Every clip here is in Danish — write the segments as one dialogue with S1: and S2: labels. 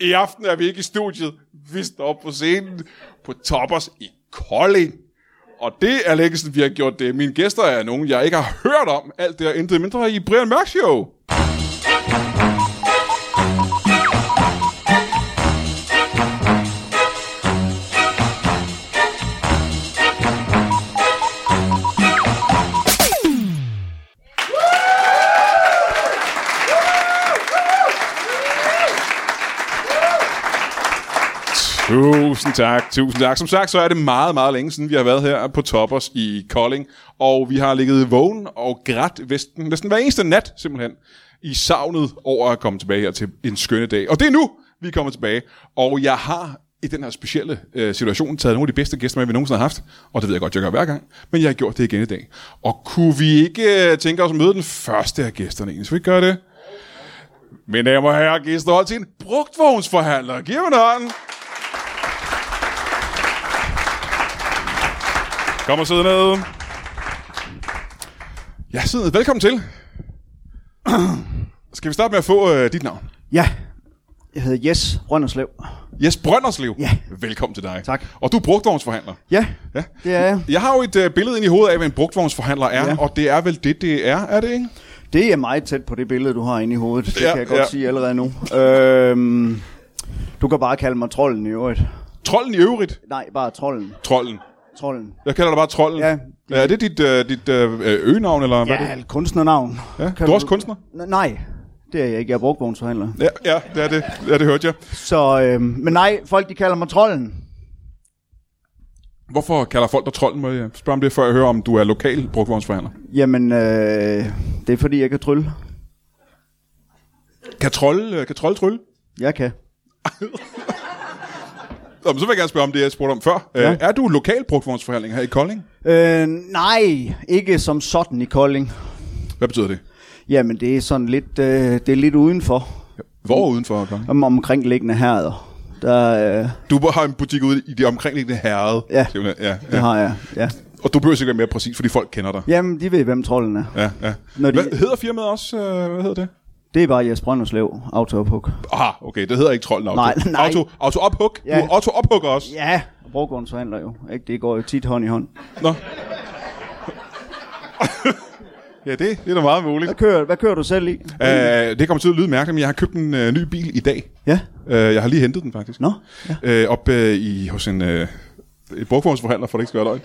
S1: I aften er vi ikke i studiet. Vi står på scenen på Toppers i Kolding. Og det er længe siden, vi har gjort det. Mine gæster er nogen, jeg ikke har hørt om. Alt det og intet mindre i Brian Mørk Show. Tusind tak, tusind tak. Som sagt, så er det meget, meget længe siden, vi har været her på Toppers i Kolding. Og vi har ligget vågen og grædt vesten næsten hver eneste nat, simpelthen. I savnet over at komme tilbage her til en skønne dag. Og det er nu, vi kommer tilbage. Og jeg har i den her specielle øh, situation taget nogle af de bedste gæster med, vi nogensinde har haft. Og det ved jeg godt, jeg gør hver gang. Men jeg har gjort det igen i dag. Og kunne vi ikke øh, tænke os at møde den første af gæsterne egentlig? Så vi gøre det. Mine damer og herrer, gæster holdt til en brugtvognsforhandler. Giv mig en hånd. Kom og sidde ned. Ja, sidde ned. Velkommen til. Skal vi starte med at få øh, dit navn?
S2: Ja, jeg hedder Jes Rønderslev.
S1: Jes Brønderslev.
S2: Ja.
S1: Velkommen til dig.
S2: Tak.
S1: Og du er brugtvognsforhandler.
S2: Ja,
S1: Ja.
S2: det er jeg.
S1: Jeg har jo et øh, billede ind i hovedet af, hvad en brugtvognsforhandler er, ja.
S2: Ja.
S1: og det er vel det, det er, er det ikke?
S2: Det er meget tæt på det billede, du har inde i hovedet. Det
S1: Ja,
S2: kan jeg godt
S1: ja.
S2: sige allerede nu. Øhm, du kan bare kalde mig trolden i øvrigt.
S1: Trolden i øvrigt.
S2: Nej, bare trolden.
S1: Trolden.
S2: Trolden.
S1: Jeg kalder dig bare Trolden.
S2: Ja.
S1: Det... Er det dit, øh, dit øh, øgenavn, eller hvad er
S2: Ja,
S1: det?
S2: et kunstnernavn.
S1: Ja.
S2: Kan
S1: Du er også kunstner?
S2: N- nej, det er jeg ikke. Jeg er brugtvognsforhandler.
S1: Ja, ja, det er det. Ja, det hørte jeg.
S2: Så, øhm, men nej, folk de kalder mig trolden.
S1: Hvorfor kalder folk dig Trolden? Må jeg spørge om det, før jeg hører, om du er lokal brugtvognsforhandler?
S2: Jamen, øh, det er fordi, jeg kan trylle.
S1: Kan Troll, øh, kan Troll trylle?
S2: Jeg kan.
S1: Nå, men så vil jeg gerne spørge om det, jeg spurgte om før. Ja.
S2: Ja.
S1: Er du lokal brugtvognsforhandling her i Kolding?
S2: Øh, nej, ikke som sådan i Kolding.
S1: Hvad betyder det?
S2: Jamen, det er sådan lidt, øh, det er lidt udenfor.
S1: Hvor uden for Kolding?
S2: om omkringliggende herreder. Der, øh,
S1: Du har en butik ude i det omkringliggende herrede.
S2: Ja.
S1: simpelthen. ja,
S2: det
S1: ja.
S2: har jeg, ja.
S1: Og du behøver sikkert mere præcis, fordi folk kender dig.
S2: Jamen, de ved, hvem trolden er.
S1: Ja, ja.
S2: Når de-
S1: Hvad hedder firmaet også? øh, Hvad hedder det?
S2: Det er bare Jes Brønderslev, autopuk.
S1: Ah, okay, det hedder ikke Trolden Auto.
S2: Nej, nej.
S1: Auto, auto ophug. Ja.
S2: Ja.
S1: Du er auto ophugger også.
S2: Ja, og Brogårdens forhandler jo. Ikke? Det går jo tit hånd i hånd.
S1: Nå. ja, det, det er da meget muligt.
S2: Hvad kører, hvad kører du selv i?
S1: Uh, det kommer til at lyde mærkeligt, men jeg har købt en uh, ny bil i dag.
S2: Ja,
S1: Øh, jeg har lige hentet den faktisk.
S2: Nå,
S1: Ja. Øh, op øh, i, hos en øh, et brugvognsforhandler, for det ikke skal være løgn.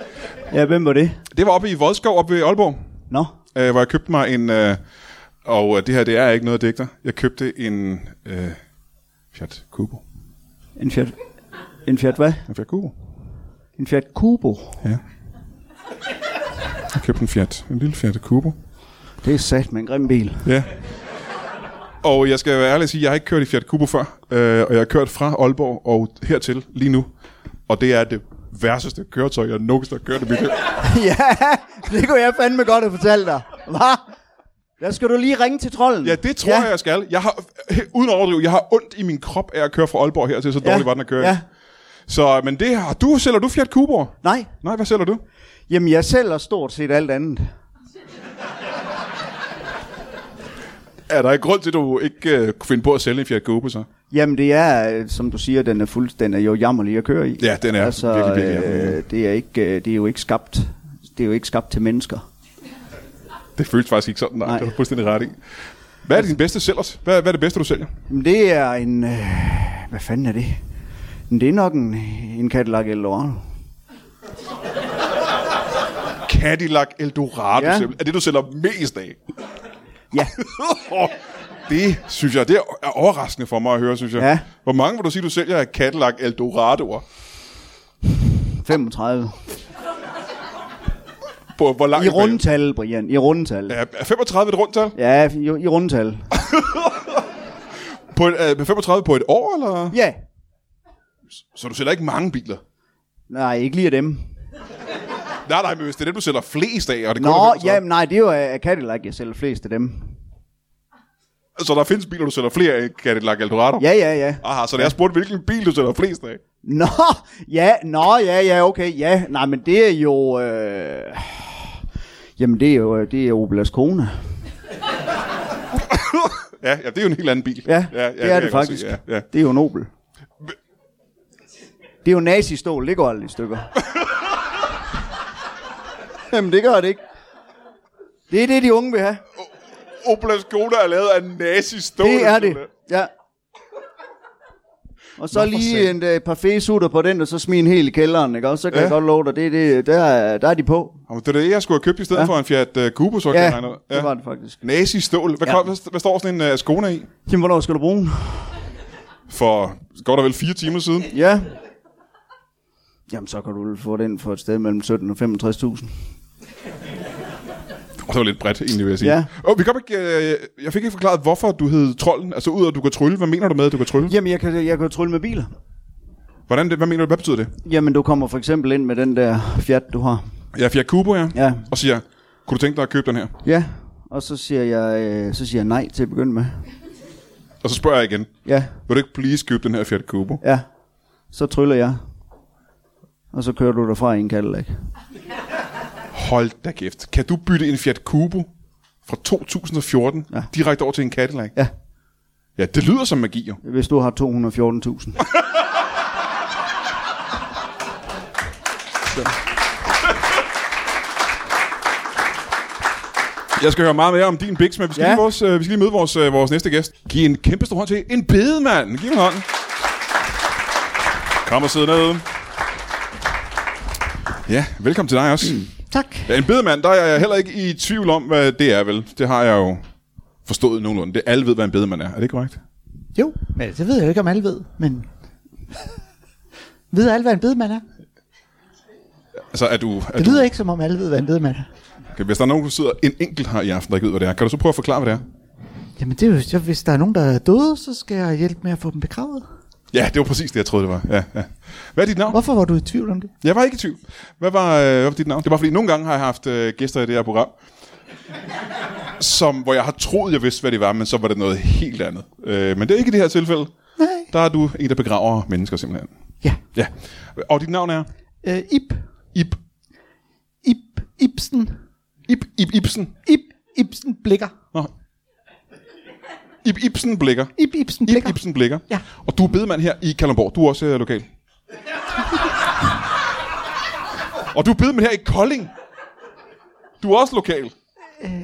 S2: ja hvem var det?
S1: Det var oppe i Vodskov, oppe ved Aalborg,
S2: Nå,
S1: øh, hvor jeg købte mig en... Øh, og øh, det her, det er ikke noget digter. Jeg købte en... Øh, Fiat Kubo.
S2: en Fiat, en Fiat hvad?
S1: En Fiat Kubo?
S2: En Fiat Kubo.
S1: Ja. Jeg købte en Fiat. En lille Fiat Kubo.
S2: Det er sat med en grim bil.
S1: Ja. Og jeg skal være ærlig og sige, at jeg har ikke kørt i Fiat Kubo før. Øh, og jeg har kørt fra Aalborg og hertil lige nu. Og det er det værste køretøj, jeg nogensinde har kørt i mit liv.
S2: ja, det kunne jeg fandme godt have fortalt dig. Hvad? Der skal du lige ringe til trolden.
S1: Ja, det tror ja. jeg, jeg skal. Jeg har, uden at overdrive, jeg har ondt i min krop af at køre fra Aalborg hertil, så dårligt var den at køre.
S2: Ja.
S1: Ja. Så, men det har du, sælger du Fiat Cubor?
S2: Nej,
S1: Nej, hvad sælger du?
S2: jamen jeg sælger stort set alt andet.
S1: Er der ikke grund til, at du ikke øh, kunne finde på at sælge en Fiat Cubor, så?
S2: Jamen det er, øh, som du siger, den er, fuld, den er jo jammerlig at køre i.
S1: Ja, den er
S2: altså,
S1: virkelig, virkelig jammerlig.
S2: øh, det, er ikke, øh, det er jo ikke skabt, det er jo ikke skabt til mennesker.
S1: Det føles faktisk ikke sådan, nej. nej.
S2: Nej.
S1: Det er du fuldstændig ret i. Hvad er din bedste sælgers? Hvad, hvad er det bedste, du sælger?
S2: Men det er en, øh, hvad fanden er det? Men det er nok en, en Cadillac Eldorado.
S1: Cadillac Eldorado.
S2: Ja.
S1: Ja. Er det, du sælger mest af?
S2: Ja,
S1: det synes jeg, det er overraskende for mig at høre, synes jeg.
S2: Ja.
S1: Hvor mange vil du sige, du sælger af Cadillac Eldoradoer?
S2: 35.
S1: På hvor langt
S2: I rundtal, Brian, i rundtal.
S1: Er 35 et rundt tal?
S2: Ja, i, i rundtal.
S1: På På et, øh, 35 på et år, eller?
S2: Ja.
S1: Så du sælger ikke mange biler?
S2: Nej, ikke lige af dem.
S1: Nej, nej, men hvis det er det, du sælger flest af, og det kun
S2: Nå,
S1: er 35,
S2: jamen nej, det er jo af af Cadillac, jeg sælger flest af dem.
S1: Så der findes biler, du sælger flere af, Cadillac Eldorado?
S2: Ja, ja, ja.
S1: Aha, så da jeg spurgte, hvilken bil du sælger flest af.
S2: Nå, ja, nå, ja, ja, okay, ja. Nej, men det er jo... Øh... Jamen, det er jo øh, det er Opel kone.
S1: ja, ja, det er jo en helt anden bil.
S2: Ja, ja, ja, det er det,
S1: kan jeg godt se,
S2: faktisk.
S1: Ja, ja.
S2: Det er jo en Opel. Det er jo nazistål, det går aldrig i stykker. Jamen, det gør det ikke. Det er det, de unge vil have.
S1: Opel Skoda er lavet af nazi-stål.
S2: Det er det, ja. Og så lige en uh, par fæsutter på den, og så smid en hel i kælderen, ikke? Og så kan ja. jeg godt love dig, det, er det, der, er- der er de på.
S1: Jamen, det er det, jeg skulle have købt i stedet ja.
S2: Ja.
S1: for en Fiat uh, Cubo, så kan
S2: Ja,
S1: jeg regne ud.
S2: ja, det var det faktisk.
S1: Nazi-stål. Hvad,
S2: Ja.
S1: ja. hvad, hvad, står sådan en uh, Skona i?
S2: Jamen, hvornår skal du bruge den?
S1: For godt og vel fire timer siden.
S2: Ja. Jamen, så kan du vel få den for et sted mellem 17 og 65.000.
S1: Det var lidt bredt, egentlig, vil jeg sige.
S2: Ja.
S1: Oh, vi kom ikke, uh, jeg fik ikke forklaret, hvorfor du hed Trolden. Altså, ud af at du kan trylle. Hvad mener du med, at du kan trylle? Ja.
S2: Jamen, jeg kan, jeg kan jo trylle med biler.
S1: Hvordan, det, hvad mener du? Hvad betyder det?
S2: Jamen, du kommer for eksempel ind med den der Fiat, du har.
S1: Jeg er Fiat Cubo, ja.
S2: Ja.
S1: Og siger, kunne du tænke dig at købe den her?
S2: Ja, og så siger jeg, øh, så siger jeg nej til at begynde med.
S1: Og så spørger jeg igen.
S2: Ja,
S1: Vil du ikke please købe den her Fiat Cubo?
S2: ja. Så tryller jeg. Og så kører du derfra i en Cadillac.
S1: Hold da kæft. Kan du bytte en Fiat Cubo fra 2014 ja. direkte over til en Cadillac?
S2: Ja,
S1: Ja, det lyder som magi, jo.
S2: hvis du har 214.000.
S1: Jeg skal høre meget mere om din biks, men vi skal, ja.
S2: Ja.
S1: lige, vores, øh, vi skal lige møde vores, øh, vores næste gæst. Giv en kæmpe stor hånd til en bedemand. Giv ham en hånd. Kom og sidde ned. Ja, velkommen til dig også.
S2: tak.
S1: Ja, en bedemand, der er jeg heller ikke i tvivl om, hvad det er, vel? Det har jeg jo forstået nogenlunde. Det, alle ved, hvad en bedemand er. Er det korrekt?
S3: Jo, men det ved jeg jo ikke, om alle ved, men... ved alle, hvad en bedemand er?
S1: Altså, er du... Er
S3: Det
S1: du,
S3: lyder ikke, som om alle ved, hvad en bedemand er.
S1: Okay, hvis der er nogen, der sidder en enkelt her i aften, der ikke ved, hvad det er, kan du så prøve at forklare, hvad det er?
S3: Jamen, det er jo, så hvis der er nogen, der er døde, så skal jeg hjælpe med at få dem begravet.
S1: Ja, det var præcis det, jeg troede, det var. Ja, ja. Hvad er dit navn?
S3: Hvorfor var du i tvivl om det?
S1: Jeg var ikke i tvivl. Hvad var, øh, hvad var dit navn? Det var fordi, nogle gange har jeg haft øh, gæster i det her program, som, hvor jeg har troet, jeg vidste, hvad det var, men så var det noget helt andet. Øh, men det er ikke i det her tilfælde.
S3: Nej.
S1: Der er du en, der begraver mennesker simpelthen.
S3: Ja.
S1: Ja. Og dit navn er?
S3: Øh, Ip.
S1: Ib.
S3: Ip. Ibsen.
S1: Ib, Ib Ibsen.
S3: Ip. Ibsen Blikker.
S1: Nå. Ib Ibsen Blikker.
S3: Ip. Ibsen
S1: Ib
S3: Blikker.
S1: Ibsen Blikker.
S3: Ja.
S1: Og du er bedemand her i Kalundborg. Du er også øh, lokal. Og du er bedemand her i Kolding. Du er også lokal.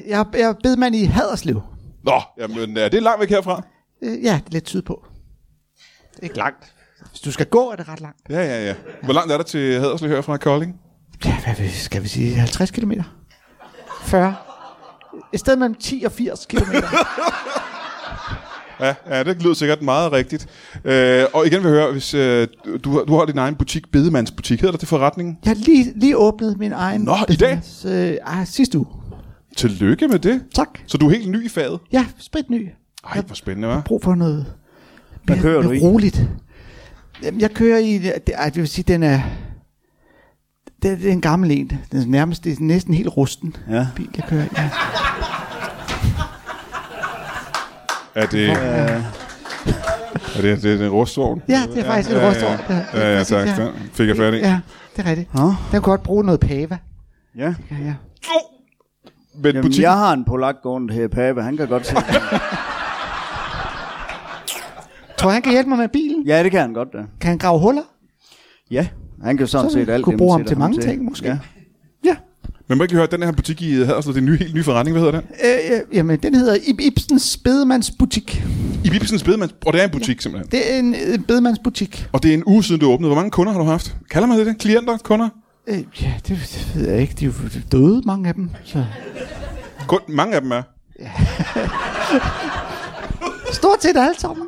S3: Jeg, er- jeg er bedemand i Haderslev.
S1: Nå, jamen, øh, det er langt væk herfra.
S3: Øh, ja, det er lidt syd på. Det er ikke langt. Hvis du skal gå, er det ret langt.
S1: Ja, ja, ja. Hvor langt er der til Haderslev herfra Kolding?
S3: Ja, hvad vil- skal vi sige? 50 km? 40? Et sted mellem 10 og 80 km.
S1: Ja, ja, det lyder sikkert meget rigtigt. Øh, og igen vil jeg høre, hvis øh, du, har- du har din egen butik, Bedemandsbutik, hedder det forretningen?
S3: Jeg har lige, lige åbnet min egen...
S1: Nå, i dag?
S3: business, Øh, ah, sidste uge.
S1: Tillykke med det.
S3: Tak.
S1: Så du er helt ny i faget?
S3: Ja, sprit ny.
S1: Ej, hvor spændende, hva'?
S3: Brug for noget...
S2: Hvad
S3: mere-
S2: kører du
S3: mere
S2: i?
S3: Roligt. Jamen, jeg kører i... Det, ej, det vil sige, den er... Det, det er en gammel en. Den er nærmest det er næsten helt rusten
S2: Ja.
S3: bil, jeg kører i. Ja.
S1: Er det... Er det, det er den rustvogn?
S3: Ja, det er faktisk et rustvogn,
S1: Ja,
S3: der-
S1: ja, ja, ja
S3: præcis,
S1: tak.
S3: ja.
S1: Ja. Fik jeg fat i.
S3: ja, det er rigtigt.
S2: Nå.
S3: Den kunne godt bruge noget pava.
S2: Ja.
S3: Ja, ja.
S1: Men
S2: Jamen,
S1: butikken...
S2: jeg har en polak gående her i Pape, han kan godt se.
S3: Tror du, han kan hjælpe mig med bilen?
S2: Ja, det kan han godt, da.
S3: Kan han grave huller?
S2: Ja, han kan sådan
S3: Så vi
S2: set alt
S3: kunne
S2: det,
S3: bruge
S2: man
S3: ham
S2: sætter
S3: til mange ting, måske.
S2: Ja.
S3: Ja.
S1: Men må jeg ikke lige høre, den her butik i øh, Haderslev, det er en ny, helt ny forretning, hvad hedder den?
S3: Øh, ja, jamen, den hedder Ib Ibsens Bedemandsbutik.
S1: I Bibsens Bedemands... Og det er en butik, ja. simpelthen.
S3: Det er en øh, bedemandsbutik.
S1: Og det er en uge siden, du åbnede. Hvor mange kunder har du haft? Kalder man det det? Klienter? Kunder?
S3: Øh, ja, det, det ved jeg ikke. De er jo døde, mange af dem. Så.
S1: Kun, mange af dem er.
S3: Stort set alle sammen.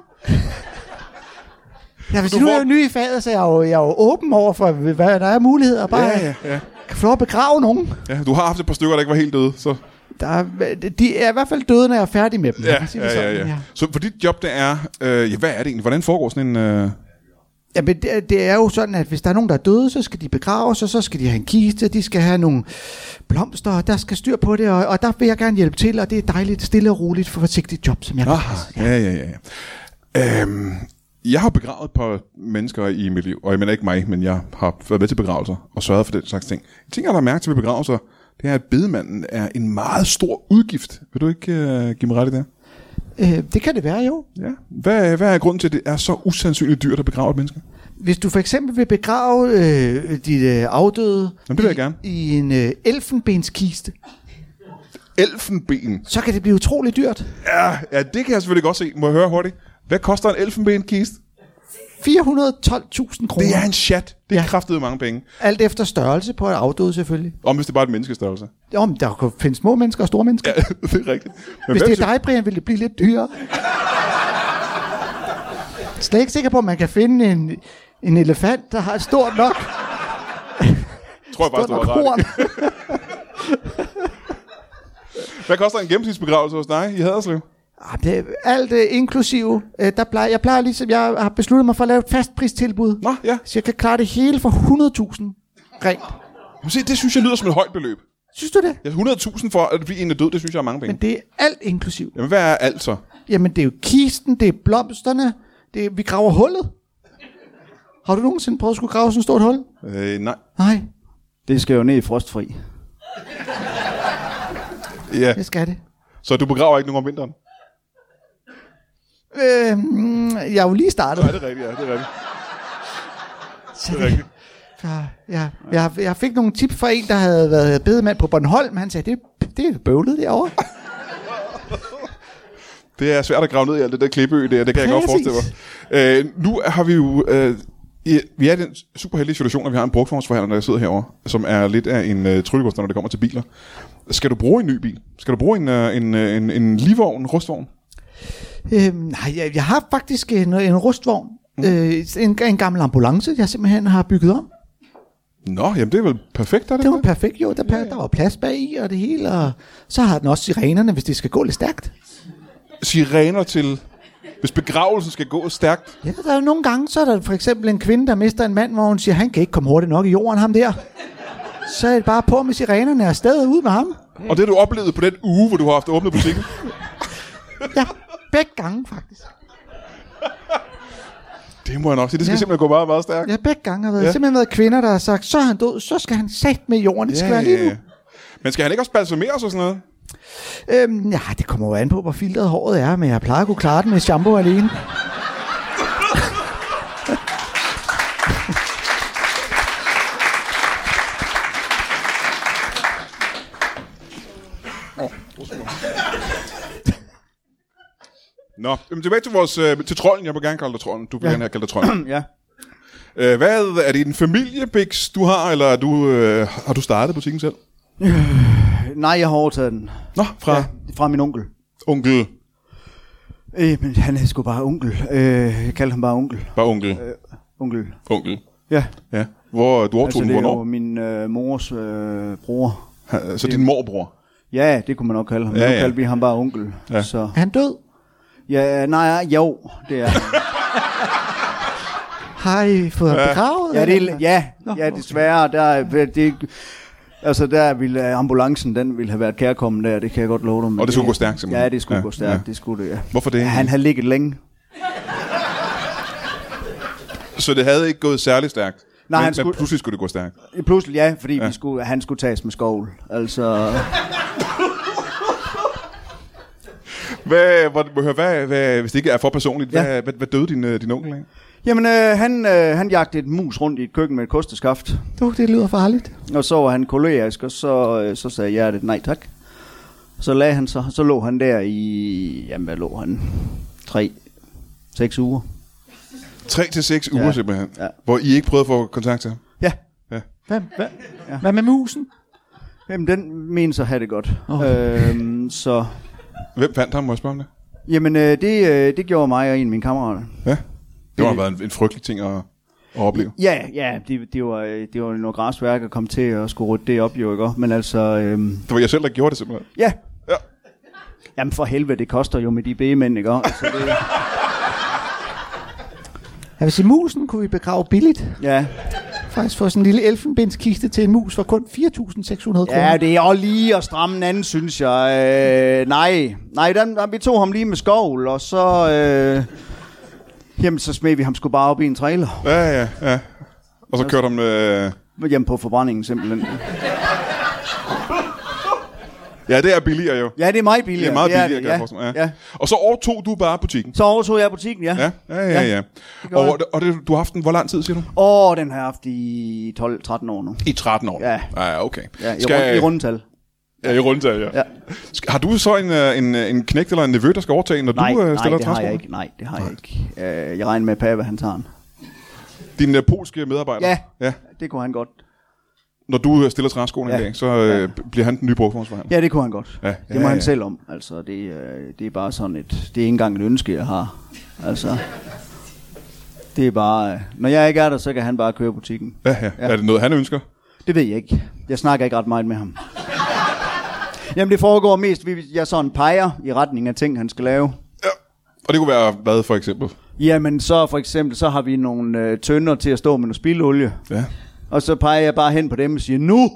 S3: Ja, hvis
S1: Du
S3: nu er
S1: får-
S3: jeg jo ny i faget, så jeg er jo, jeg er jo åben over for, hvad der er af muligheder. Bare
S1: Ja, ja, ja.
S3: kan få lov at begrave nogen.
S1: ja. Du har haft et par stykker, der ikke var helt døde, så...
S3: Der er, de er i hvert fald døde, når jeg er færdig med dem.
S1: Ja,
S3: Lad os sige det
S1: ja, ja,
S3: sådan,
S1: ja. Så for dit job, det er... Øh, ja, hvad er det egentlig? Hvordan foregår sådan en... Øh,
S3: Jamen, det, det er jo sådan, at hvis der er nogen, der er døde, så skal de begraves, og så skal de have en kiste, de skal have nogle blomster, og der skal styr på det, og, og der vil jeg gerne hjælpe til, og det er dejligt, stille og roligt, forsigtigt job, som jeg kan
S1: Aha,
S3: passe.
S1: Ah, ja, ja, ja. ja. Øhm, jeg har begravet et par mennesker i mit liv, og jeg mener ikke mig, men jeg har været med til begravelser og sørget for den slags ting. En ting, jeg har mærket til ved begravelser, det er, at bedemanden er en meget stor udgift. Vil du ikke øh, give mig ret i det?
S3: Øh, det kan det være, jo.
S1: Ja. Hvad, hvad er grunden til, at det er så usandsynligt dyrt at begrave et menneske?
S3: Hvis du for eksempel vil begrave øh, dit øh, afdøde
S1: Jamen, det vil jeg gerne.
S3: I, i en øh, elfenbenskiste,
S1: Elfenben.
S3: så kan det blive utroligt dyrt.
S1: Ja, ja, det kan jeg selvfølgelig godt se. Må jeg høre hurtigt? Hvad koster en elfenbenkiste?
S3: 412.000
S1: Det
S3: kroner,
S1: er en chat. Det er ja.
S3: Ja.
S1: kraftede mange penge.
S3: alt efter størrelse på et afdøde selvfølgelig.
S1: Om hvis det bare er et menneskestørrelse.
S3: Jo, men der kan findes små mennesker og store mennesker.
S1: Ja, det er rigtigt. Men
S3: Hvis
S1: hvem
S3: det
S1: siger-
S3: er dig, Brian, vil det blive lidt dyrere. Slet ikke sikker på, at man kan finde en, en elefant, der har et stort nok,
S1: tror jeg
S3: stort
S1: faktisk, du
S3: nok
S1: har ret. i.
S3: horn.
S1: Hvad koster en gennemsnitsbegravelse hos dig i Haderslev?
S3: Ah, det er alt øh, inklusive. Øh, der plejer, jeg plejer ligesom, jeg har besluttet mig for at lave et fastpristilbud.
S1: Nå, ja.
S3: Så jeg kan klare det hele for 100.000 rent.
S1: Jamen, se, det synes jeg lyder som et højt beløb.
S3: Synes du det?
S1: Ja, 100.000 for at blive en er død, det synes jeg er mange penge.
S3: Men det er alt inklusiv.
S1: Jamen, hvad er alt så?
S3: Jamen, det er jo kisten, det er blomsterne, det er, vi graver hullet. Har du nogensinde prøvet at skulle grave sådan et stort hul?
S1: Øh, nej.
S3: Nej,
S2: Det skal jo ned i frostfri.
S1: Ja,
S3: det skal det.
S1: så du begraver ikke nogen om vinteren?
S3: Øh, mm, jeg er jo lige startet.
S1: Nej, det er rigtigt, ja, det er rigtigt.
S3: Så
S1: Det er rigtigt.
S3: ja, ja, jeg, jeg fik nogle tips fra en, der havde været bedemand på Bornholm. Han sagde, det, det er bøvlet derovre.
S1: Det er svært at grave ned i alt det der klippeø der, det kan jeg godt
S3: Præcis.
S1: forestille mig. Øh, nu har vi jo... Øh, i- vi er i den super heldige situation, at vi har en brugtvognsforhandler, der sidder herovre, som er lidt af en øh, tryllekunstner, når det kommer til biler. Skal du bruge en ny bil? Skal du bruge en, øh, en, øh, en, en livvogn, en rustvogn?
S3: Øh, nej, jeg, jeg har faktisk en, en rustvogn. Mm. Øh, en, en gammel ambulance, jeg simpelthen har bygget om.
S1: Nå, jamen det er vel perfekt, er det?
S3: Det var
S1: ikke det?
S3: perfekt, jo. Der, ja, der var plads bag i og det hele. Og så har den også sirenerne, hvis det skal gå lidt stærkt.
S1: Sirener til... Hvis begravelsen skal gå stærkt,
S3: Ja, der er jo nogle gange, så er der for eksempel en kvinde, der mister en mand, hvor hun siger, han kan ikke komme hurtigt nok i jorden, ham der. Så er det bare på med sirenerne og afsted ud med ham.
S1: og det har du oplevet på den uge, hvor du har haft åbnet butikken,
S3: Ja, begge gange faktisk.
S1: det må jeg nok sige. Det skal ja.
S3: Ja.
S1: simpelthen gå meget, meget stærkt.
S3: Ja, begge gange har været,
S1: Ja.
S3: ja. simpelthen været kvinder, der har sagt, så er han død, så skal han sat med i jorden, det skal være lige nu.
S1: Men skal han ikke også balsameres og sådan noget?
S3: Øhm, ja, det kommer jo an på, hvor filtret håret er, men jeg plejer at kunne klare den med shampoo alene.
S1: Nå, Jamen, tilbage til, vores, øh, til trolden. Jeg vil gerne kalde dig trolden. Du vil ja.
S3: Ja.
S1: gerne have kaldt dig trolden.
S2: Ja.
S1: øh, hvad er det en familie, Bix, du har, eller er du, øh, har du startet butikken selv?
S2: Nej, jeg har overtaget den.
S1: Nå, fra ja.
S2: Ja, fra min onkel.
S1: onkel.
S2: Øh, men han er sgu bare onkel. Øh, jeg kalder ham bare onkel.
S1: Bare onkel.
S2: Øh, onkel.
S1: Onkel.
S2: Ja.
S1: Ja. Hvor øh, du overtog
S2: Altså,
S1: altså,
S2: det
S1: den,
S2: er jo
S1: hvornår?
S2: min øh, mors øh, bror.
S1: Ha- Så din morbror.
S2: Ja, det kunne man nok kalde ham.
S1: Ja,
S2: Ja, nu
S1: ja.
S2: kaldte vi ham bare onkel.
S1: Ja.
S2: Ja. Så.
S3: Er han død?
S2: Ja, nej, jo, det er han.
S3: Har I fået ham begravet?
S2: Ja, det
S3: eller?
S2: er, ja,
S3: Nå,
S2: ja
S3: okay.
S2: desværre, der, er- det, altså der ville øh, ambulancen, den ville have været kærkommen der, det kan jeg godt love dig. men
S1: Og det skulle gå stærkt, simpelthen.
S2: Ja, det skulle
S1: Ja,
S2: ja, gå stærkt,
S1: ja.
S2: ja. det skulle det, ja.
S1: Hvorfor det?
S2: Ja, han havde ligget længe.
S1: Så det havde ikke gået særlig stærkt.
S2: Nej,
S1: men,
S2: han
S1: men
S2: skulle-
S1: pludselig skulle det gå stærkt.
S2: Pludselig ja, fordi ja. Vi skulle, han skulle tages med skovl. Altså,
S1: Hvad, hvad, hvad, hvad, hvad hvis det ikke er for personligt, ja. hvad, hvad, hvad døde din, øh, din onkel af?
S2: jamen øh, han, øh, han jagtede et mus rundt i et køkken med et kosteskaft,
S3: Uh, det lyder farligt.
S2: og så var han kolerisk, og så, øh, så sagde hjertet nej tak. Så lagde han så, så lå han der i, jamen hvad lå han, tre, seks uger.
S1: 3 til seks uger
S2: Ja.
S1: simpelthen, ja.
S2: Ja.
S1: hvor I ikke prøvede at få kontakt til ham.
S2: Ja,
S3: Hvad, hvad, ja. hvad med musen?
S2: Jamen, den menes at have det godt.
S3: Åh.
S2: Øhm, så,
S1: Hvem fandt ham, må jeg spørge om det?
S2: jamen, øh, det, øh, det gjorde mig og en af mine kammerater.
S1: Ja. Det må have været en, en frygtelig ting at... at opleve.
S2: Ja, ja, det, det, var, øh, det var noget græsværk at komme til at skulle rydde det op, jo, ikke? også? Men altså, øhm,
S1: Det var jeg selv, der gjorde det simpelthen.
S2: ja.
S1: Ja.
S2: Jamen for helvede, det koster jo med de B-mænd, ikke? også? Altså, det,
S3: Jeg vil sige, musen kunne vi begrave billigt.
S2: ja.
S3: Faktisk få sådan en lille elfenbenskiste til en mus for kun 4.600 kroner.
S2: ja, det er også lige at stramme en anden, synes jeg. Øh, nej, nej, den, den, vi tog ham lige med skovl, og så... Øh, jamen, så smed vi ham sgu bare op i en trailer.
S1: Ja, ja, ja. Og så kørte han... Øh...
S2: Jamen på forbrændingen, simpelthen.
S1: Ja, det er billigere jo.
S2: Ja, det er meget billigere.
S1: Det er meget billigere, kan jeg
S2: det,
S1: forestille mig.
S2: ja.
S1: Ja. Og så overtog du bare butikken.
S2: Så overtog jeg butikken, ja.
S1: Ja, ja, ja. ja. ja. Og, og det, du har haft den, hvor lang tid, siger du?
S2: Åh, den har jeg haft i 12-13 år nu.
S1: I 13 år.
S2: Ja.
S1: ja okay.
S2: Ja, i, rund, i rundtal.
S1: Ja, i rundtal, ja. ja.
S2: Ja.
S1: Har du så en, øh, en, øh, en knægt eller en nevø, der skal overtage, når
S2: Nej,
S1: du øh,
S2: nej,
S1: stiller
S2: det har jeg
S1: træskoene?
S2: ikke. Nej, det har jeg ikke. Øh, jeg regner med, at Pava, han tager den.
S1: Din øh, polske medarbejder?
S2: Ja.
S1: ja.
S2: Det kunne han godt.
S1: Når du øh, stiller træskoene ja. en
S2: Ja.
S1: dag, så øh, bliver han den nye brugformsforhandler.
S2: Ja, det kunne han godt.
S1: Ja,
S2: det
S1: ja,
S2: må
S1: ja.
S2: han selv om. Altså, det, øh, det er bare sådan et... Det er ikke engang et ønske, jeg har. Altså, det er bare... Øh, når jeg ikke er der, så kan han bare køre butikken.
S1: Ja, ja. ja. Er det noget, han ønsker?
S2: Det ved jeg ikke. Jeg snakker ikke ret meget med ham. Jamen, det foregår mest, ved, at jeg sådan peger i retning af ting, han skal lave.
S1: Ja. Og det kunne være hvad, for eksempel?
S2: Jamen så for eksempel, så har vi nogle øh, tønder til at stå med noget spildolie.
S1: Ja.
S2: Og så peger jeg bare hen på dem og siger, nu!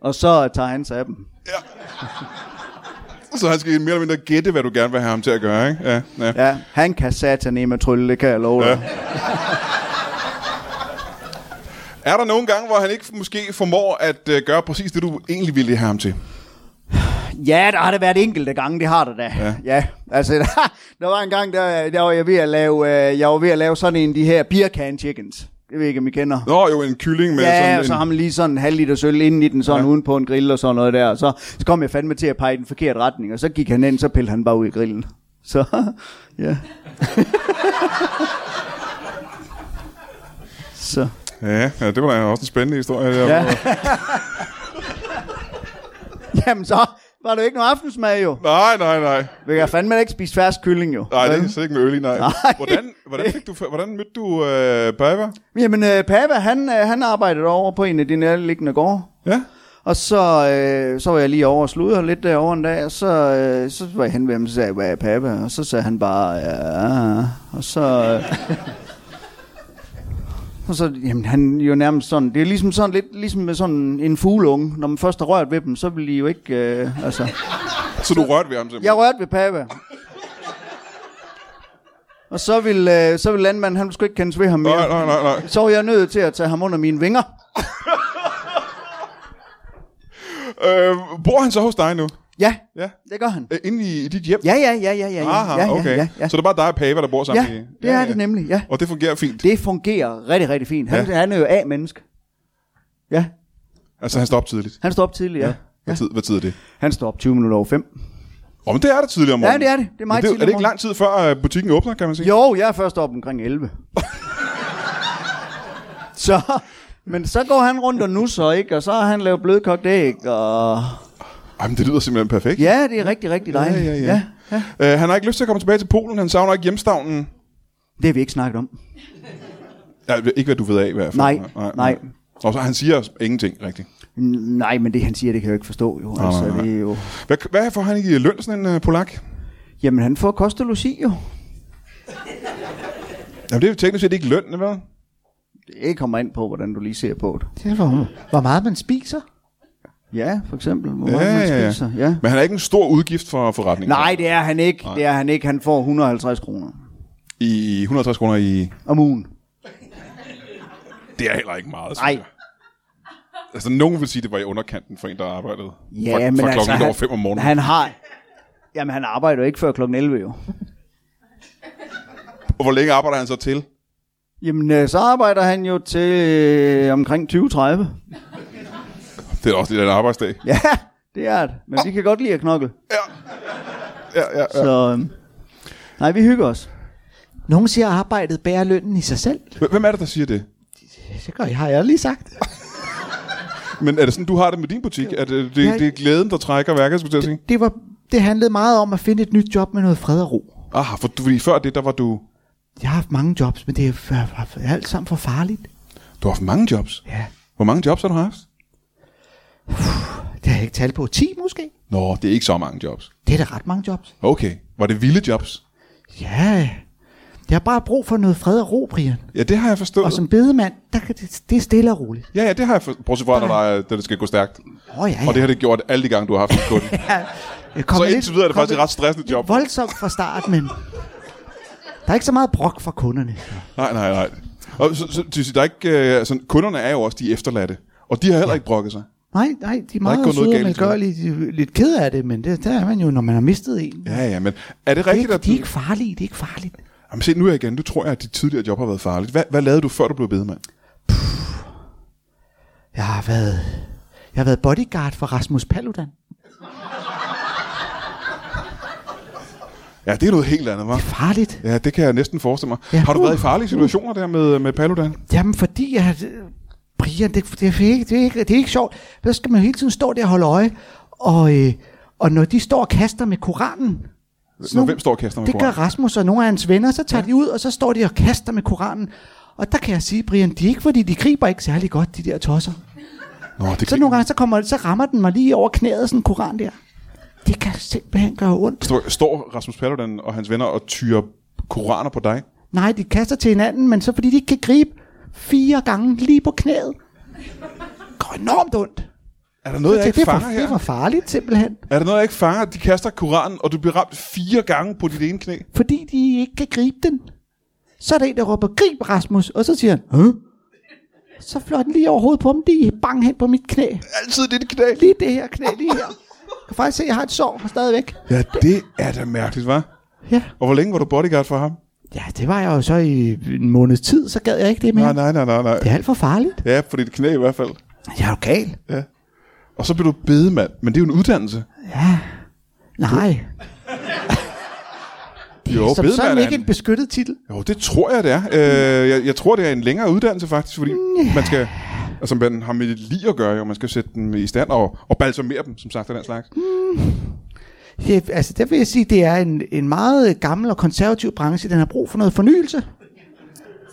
S2: og så tager han sig af dem.
S1: Så han skal mere eller mindre gætte, hvad du gerne vil have ham til at gøre, ikke? Ja, ja.
S2: Ja, han kan sataneme trylle, det kan jeg love dig.
S1: Er der nogle gange, hvor han ikke måske formår at øh, gøre præcis det, du egentlig ville have ham til?
S2: Ja, der har det været enkelte gange, det har det da. Ja, ja altså, der, der var en gang, der, der var jeg ved at lave, øh, jeg var ved at lave sådan en af de her beer can chickens. Det ved jeg ikke, om I kender.
S1: Nå, jo, en kylling med
S2: Ja,
S1: sådan
S2: og så
S1: en...
S2: har man lige sådan en halv liter søl inden i den, sådan ja. uden på en grill og sådan noget der. Og så, så kom jeg fandme til at pege i den forkerte retning, og så gik han ind, så pillede han bare ud i grillen. Så, ja. så,
S1: Ja, ja, det var da også en spændende historie. Der.
S2: ja. Jamen så var det jo ikke noget aftensmad jo.
S1: Nej, nej, nej.
S2: Vi kan fandme ikke spise fersk kylling jo.
S1: Nej, det er
S2: Vel?
S1: så ikke med øl i, nej.
S2: Nej.
S1: Hvordan, hvordan, fik du, hvordan mødte du øh, Bava?
S2: Jamen, øh, Pava, han, øh, han arbejdede over på en af de nærliggende gårde.
S1: Ja.
S2: Og så, øh, så var jeg lige over og sludrede lidt derovre en dag, og så, øh, så var jeg hen ved ham, og så sagde jeg, hvad er pappa? Og så sagde han bare, ja, og så... Øh, og så, jamen han er jo nærmest sådan, det er ligesom sådan lidt, ligesom med sådan en fugleunge. Når man først har rørt ved dem, så vil de jo ikke, øh, altså...
S1: Så du rørte ved ham simpelthen?
S2: Jeg rørte ved pappa. Og så ville, øh, så ville landmanden, han ville sgu ikke kendes ved ham mere.
S1: Nej, nej, nej, nej.
S2: Så var jeg nødt til at tage ham under mine vinger.
S1: Øh, bor han så hos dig nu?
S2: Ja,
S1: Ja.
S2: det gør han.
S1: Øh, inde i, i dit hjem?
S2: Ja, ja, ja, ja, ja. ja.
S1: Aha,
S2: ja, ja,
S1: okay.
S2: Ja, ja.
S1: Så det er bare dig og Pava, der bor sammen
S2: ja,
S1: i...
S2: det er det nemlig, ja.
S1: Og det fungerer fint.
S2: Det fungerer rigtig, rigtig fint. Han,
S1: Ja.
S2: ja. han er jo A-menneske. Ja,
S1: Altså, han står op tidligt.
S2: han står op tidligt, ja. ja.
S1: Hvad, tid, hvad tid er det?
S2: Han står op 20 minutter over 5.
S1: Åh, oh, men det er det tidligere om
S2: Ja,
S1: morgenen.
S2: det er det. Det er
S1: Men
S2: meget
S1: det,
S2: tidligt
S1: Er
S2: om
S1: det ikke
S2: morgenen.
S1: lang tid før øh, butikken åbner, kan man sige?
S2: Jo, jeg er først op omkring 11. så, men så går han rundt og nusser, ikke? Og så har han lavet blødkogt æg, og...
S1: Ej, men det lyder simpelthen perfekt.
S2: Ja, det er rigtig, rigtig dejligt.
S1: ja, ja. Øh, han har ikke lyst til at komme tilbage til Polen. Han savner ikke hjemstavnen.
S2: Det har vi ikke snakket om.
S1: Ja, ikke hvad du ved af, i hvert fald.
S2: Nej, nej.
S1: Og så han siger også ingenting rigtigt.
S2: N- Nej, men det han siger, det kan jeg jo ikke forstå, jo. Altså,
S1: nej, nej.
S2: det er jo...
S1: Hvad, hvad får han ikke i løn, sådan en øh, polak?
S2: Jamen, han får kost og logi, jo.
S1: Jamen, det er jo teknisk set ikke løn, hvad?
S2: Det kommer ind på, hvordan du lige ser på det.
S3: Det er, hvor, hvor meget man spiser.
S2: Ja, for eksempel. Hvor meget man spiser. Ja.
S1: Men han er ikke en stor udgift for forretningen.
S2: Nej, det er han ikke. Det er han ikke. Han får 150 kroner
S1: I 160 kroner i...
S2: om ugen.
S1: Det er heller ikke meget. synes
S2: Nej.
S1: jeg. Altså, nogen vil sige, det var i underkanten for en, der arbejdede.
S2: Ja,
S1: fra,
S2: men
S1: fra
S2: altså,
S1: klokken
S2: han-
S1: over 5 om morgenen.
S2: Han har... Jamen, han arbejder jo ikke før klokken 11, jo.
S1: Og hvor længe arbejder han så til?
S2: Jamen, øh, så arbejder han jo til øh, omkring 20.30.
S1: Det er også lidt af en arbejdsdag.
S2: Ja, det er det. Men vi kan godt lide at knokle.
S1: Ja, ja.
S2: Så... Øh, nej, vi hygger os.
S3: Nogle siger, at arbejdet bærer lønnen i sig selv.
S1: Hvem er det, der siger det?
S3: Det gør jeg, har jeg lige sagt.
S1: Men er det sådan, du har det med din butik? Er det, det,
S3: Ja.
S1: det er glæden, der trækker værket, skulle jeg til at sige?
S3: Det, var, det handlede meget om at finde et nyt job med noget fred og ro.
S1: Ah, Aha, for du, fordi før det, der var du...
S3: Jeg har haft mange jobs, men det er f- f- f- alt sammen for farligt.
S1: Du har haft mange jobs.
S3: Ja.
S1: Hvor mange jobs har du haft?
S3: Det har jeg ikke talt på. 10 måske?
S1: Nå, det er ikke så mange jobs.
S3: Det er da ret mange jobs.
S1: Okay. Var det vilde jobs?
S3: Ja, jeg har bare brug for noget fred og ro, Brian.
S1: Ja, det har jeg forstået.
S3: Og som bedemand, der kan det, det er stille og roligt.
S1: Ja, ja, det har jeg forstået. Bortset fra, når, der er, når det skal gå stærkt.
S3: Åh oh, ja, ja.
S1: Og det har det gjort alle de gange, du har haft en kunde.
S3: Jeg kom
S1: Så
S3: lidt-
S1: indtil videre er det
S3: kom
S1: faktisk et
S3: lidt-
S1: ret stressende job.
S3: lidt Voldsomt fra start, men der er ikke så meget brok fra kunderne.
S1: Nej, nej, nej. Og så, så, så, så der er ikke, øh, altså, kunderne er jo også de efterladte. Og de har heller ikke brokket sig.
S3: Nej, nej, de er
S1: ikke
S3: meget
S1: gået noget
S3: søde og
S1: galt til dig.
S3: medgørlige. De er lidt ked af det, men det, der er man jo, når man har mistet en.
S1: Ja, ja, men er det
S3: Det er
S1: rigtigt,
S3: ikke,
S1: at
S3: de
S1: du...
S3: er ikke farlige, det er ikke farligt.
S1: Jamen se, nu er jeg igen. Du tror jeg, at dit tidligere job har været farligt. Hvad, hvad lavede du, før du blev bedemand?
S3: Jeg har været, jeg har været bodyguard for Rasmus Paludan.
S1: Ja, det er noget helt andet, hva'?
S3: Det er farligt.
S1: Ja, det kan jeg næsten forestille mig. Ja.
S3: Ja.
S1: Har du været i
S3: Uh,
S1: farlige situationer der med, med Paludan?
S3: Jamen, fordi jeg... Brian, det, det, er ikke, det, er ikke, det er ikke sjovt. Så skal man jo hele tiden stå der og holde øje. Og, øh, og når de står og kaster med Koranen... sådan
S1: Når
S3: nogle-
S1: hvem står og kaster med
S3: Det gør
S1: koranen?
S3: Rasmus og nogle af hans venner. Så tager ja. de ud, og så står de og kaster med Koranen. Og der kan jeg sige, Brian, det er ikke fordi, de griber ikke særlig godt, de der tosser.
S1: Nå, det
S3: Så
S1: kan...
S3: nogle gange, så, kommer, så rammer den mig lige over knæet, sådan en koran der. Det kan simpelthen gøre ondt.
S1: Står, står Rasmus Paludan og hans venner og tyrer koraner på dig?
S3: Nej, de kaster til hinanden, men så fordi de ikke kan gribe fire gange lige på knæet. Det går enormt ondt.
S1: Er der noget, jeg
S3: det,
S1: ikke
S3: det, er for,
S1: fanger
S3: det er for
S1: her?
S3: farligt simpelthen,
S1: Er der noget, jeg ikke fanger? De kaster koranen, og du bliver ramt fire gange på dit ene knæ.
S3: fordi de ikke kan gribe den. Så er der en, der råber, grib Rasmus, og så siger han, Hø? Så flår den lige over hovedet på dem, lige bang hen på mit knæ.
S1: Altid dit knæ.
S3: Lige det her knæ, lige her. Jeg kan faktisk se, at jeg har et sår stadigvæk.
S1: Ja, det er da mærkeligt, hva'?
S3: Ja.
S1: Og hvor længe var du bodyguard for ham?
S3: ja, det var jeg jo så i en måneds tid, så gad jeg ikke det mere.
S1: Nej, nej, nej, nej, nej.
S3: Det er alt for farligt.
S1: Ja, på dit knæ i hvert fald.
S3: Jeg er jo gal.
S1: Og så blev du bedemand, men det er jo en uddannelse.
S3: Ja. Nej. det
S1: Jo,
S3: er som
S1: bedemand
S3: sådan
S1: er
S3: ikke
S1: en-
S3: en beskyttet titel.
S1: Jo, det tror jeg, det er. Øh, jeg, jeg tror, det er en længere uddannelse faktisk, fordi man skal... Altså, man har med det lige at gøre, jo. Man skal sætte dem i stand og, og balsamere dem, som sagt, og den slags.
S3: Det, altså, der vil jeg sige, det er en, en meget gammel og konservativ branche. Den har brug for noget fornyelse.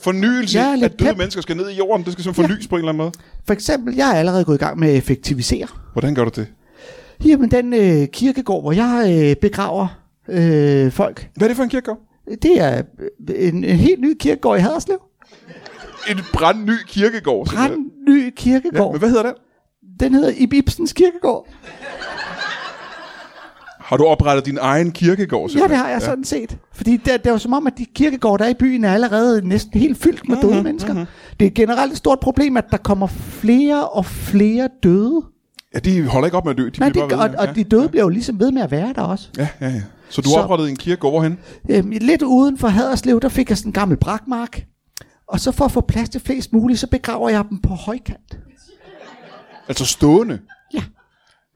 S1: Fornyelse,
S3: Ja,
S1: ja,
S3: lidt
S1: at døde
S3: pep.
S1: mennesker skal ned i jorden, det skal simpelthen fornyes på en eller anden måde.
S3: For eksempel, jeg er allerede gået i gang med at effektivisere.
S1: Hvordan gør du det?
S3: Jamen, den øh, kirkegård, hvor jeg øh, begraver øh, folk,
S1: Hvad er det for en kirkegård?
S3: det er øh, en, en helt ny kirkegård i Haderslev.
S1: En brandny kirkegård. simpelthen.
S3: Brand ny
S1: Ja,
S3: kirkegård.
S1: men hvad hedder den?
S3: Den hedder Ib Ibsens kirkegård.
S1: Har du oprettet din egen kirkegård?
S3: Ja, det
S1: simpelthen?
S3: har jeg sådan set. Fordi det, det er jo som om, at de kirkegårde, der er i byen, er allerede næsten helt fyldt med
S1: Mhm,
S3: døde mennesker. Det er generelt et stort problem, at der kommer flere og flere døde.
S1: Ja, de holder ikke op med at dø. De
S3: Nej,
S1: bliver
S3: det,
S1: bare
S3: og,
S1: ved, ja.
S3: og de døde bliver jo ligesom ved med at være der også.
S1: Ja, ja, ja. Så du
S3: Så-
S1: har oprettet en kirkegård hvorhen?
S3: Øhm, lidt uden for Haderslev, der fik jeg sådan en gammel brakmark. Og så for at få plads til flest muligt, så begraver jeg dem på højkant.
S1: Altså stående?
S3: Ja.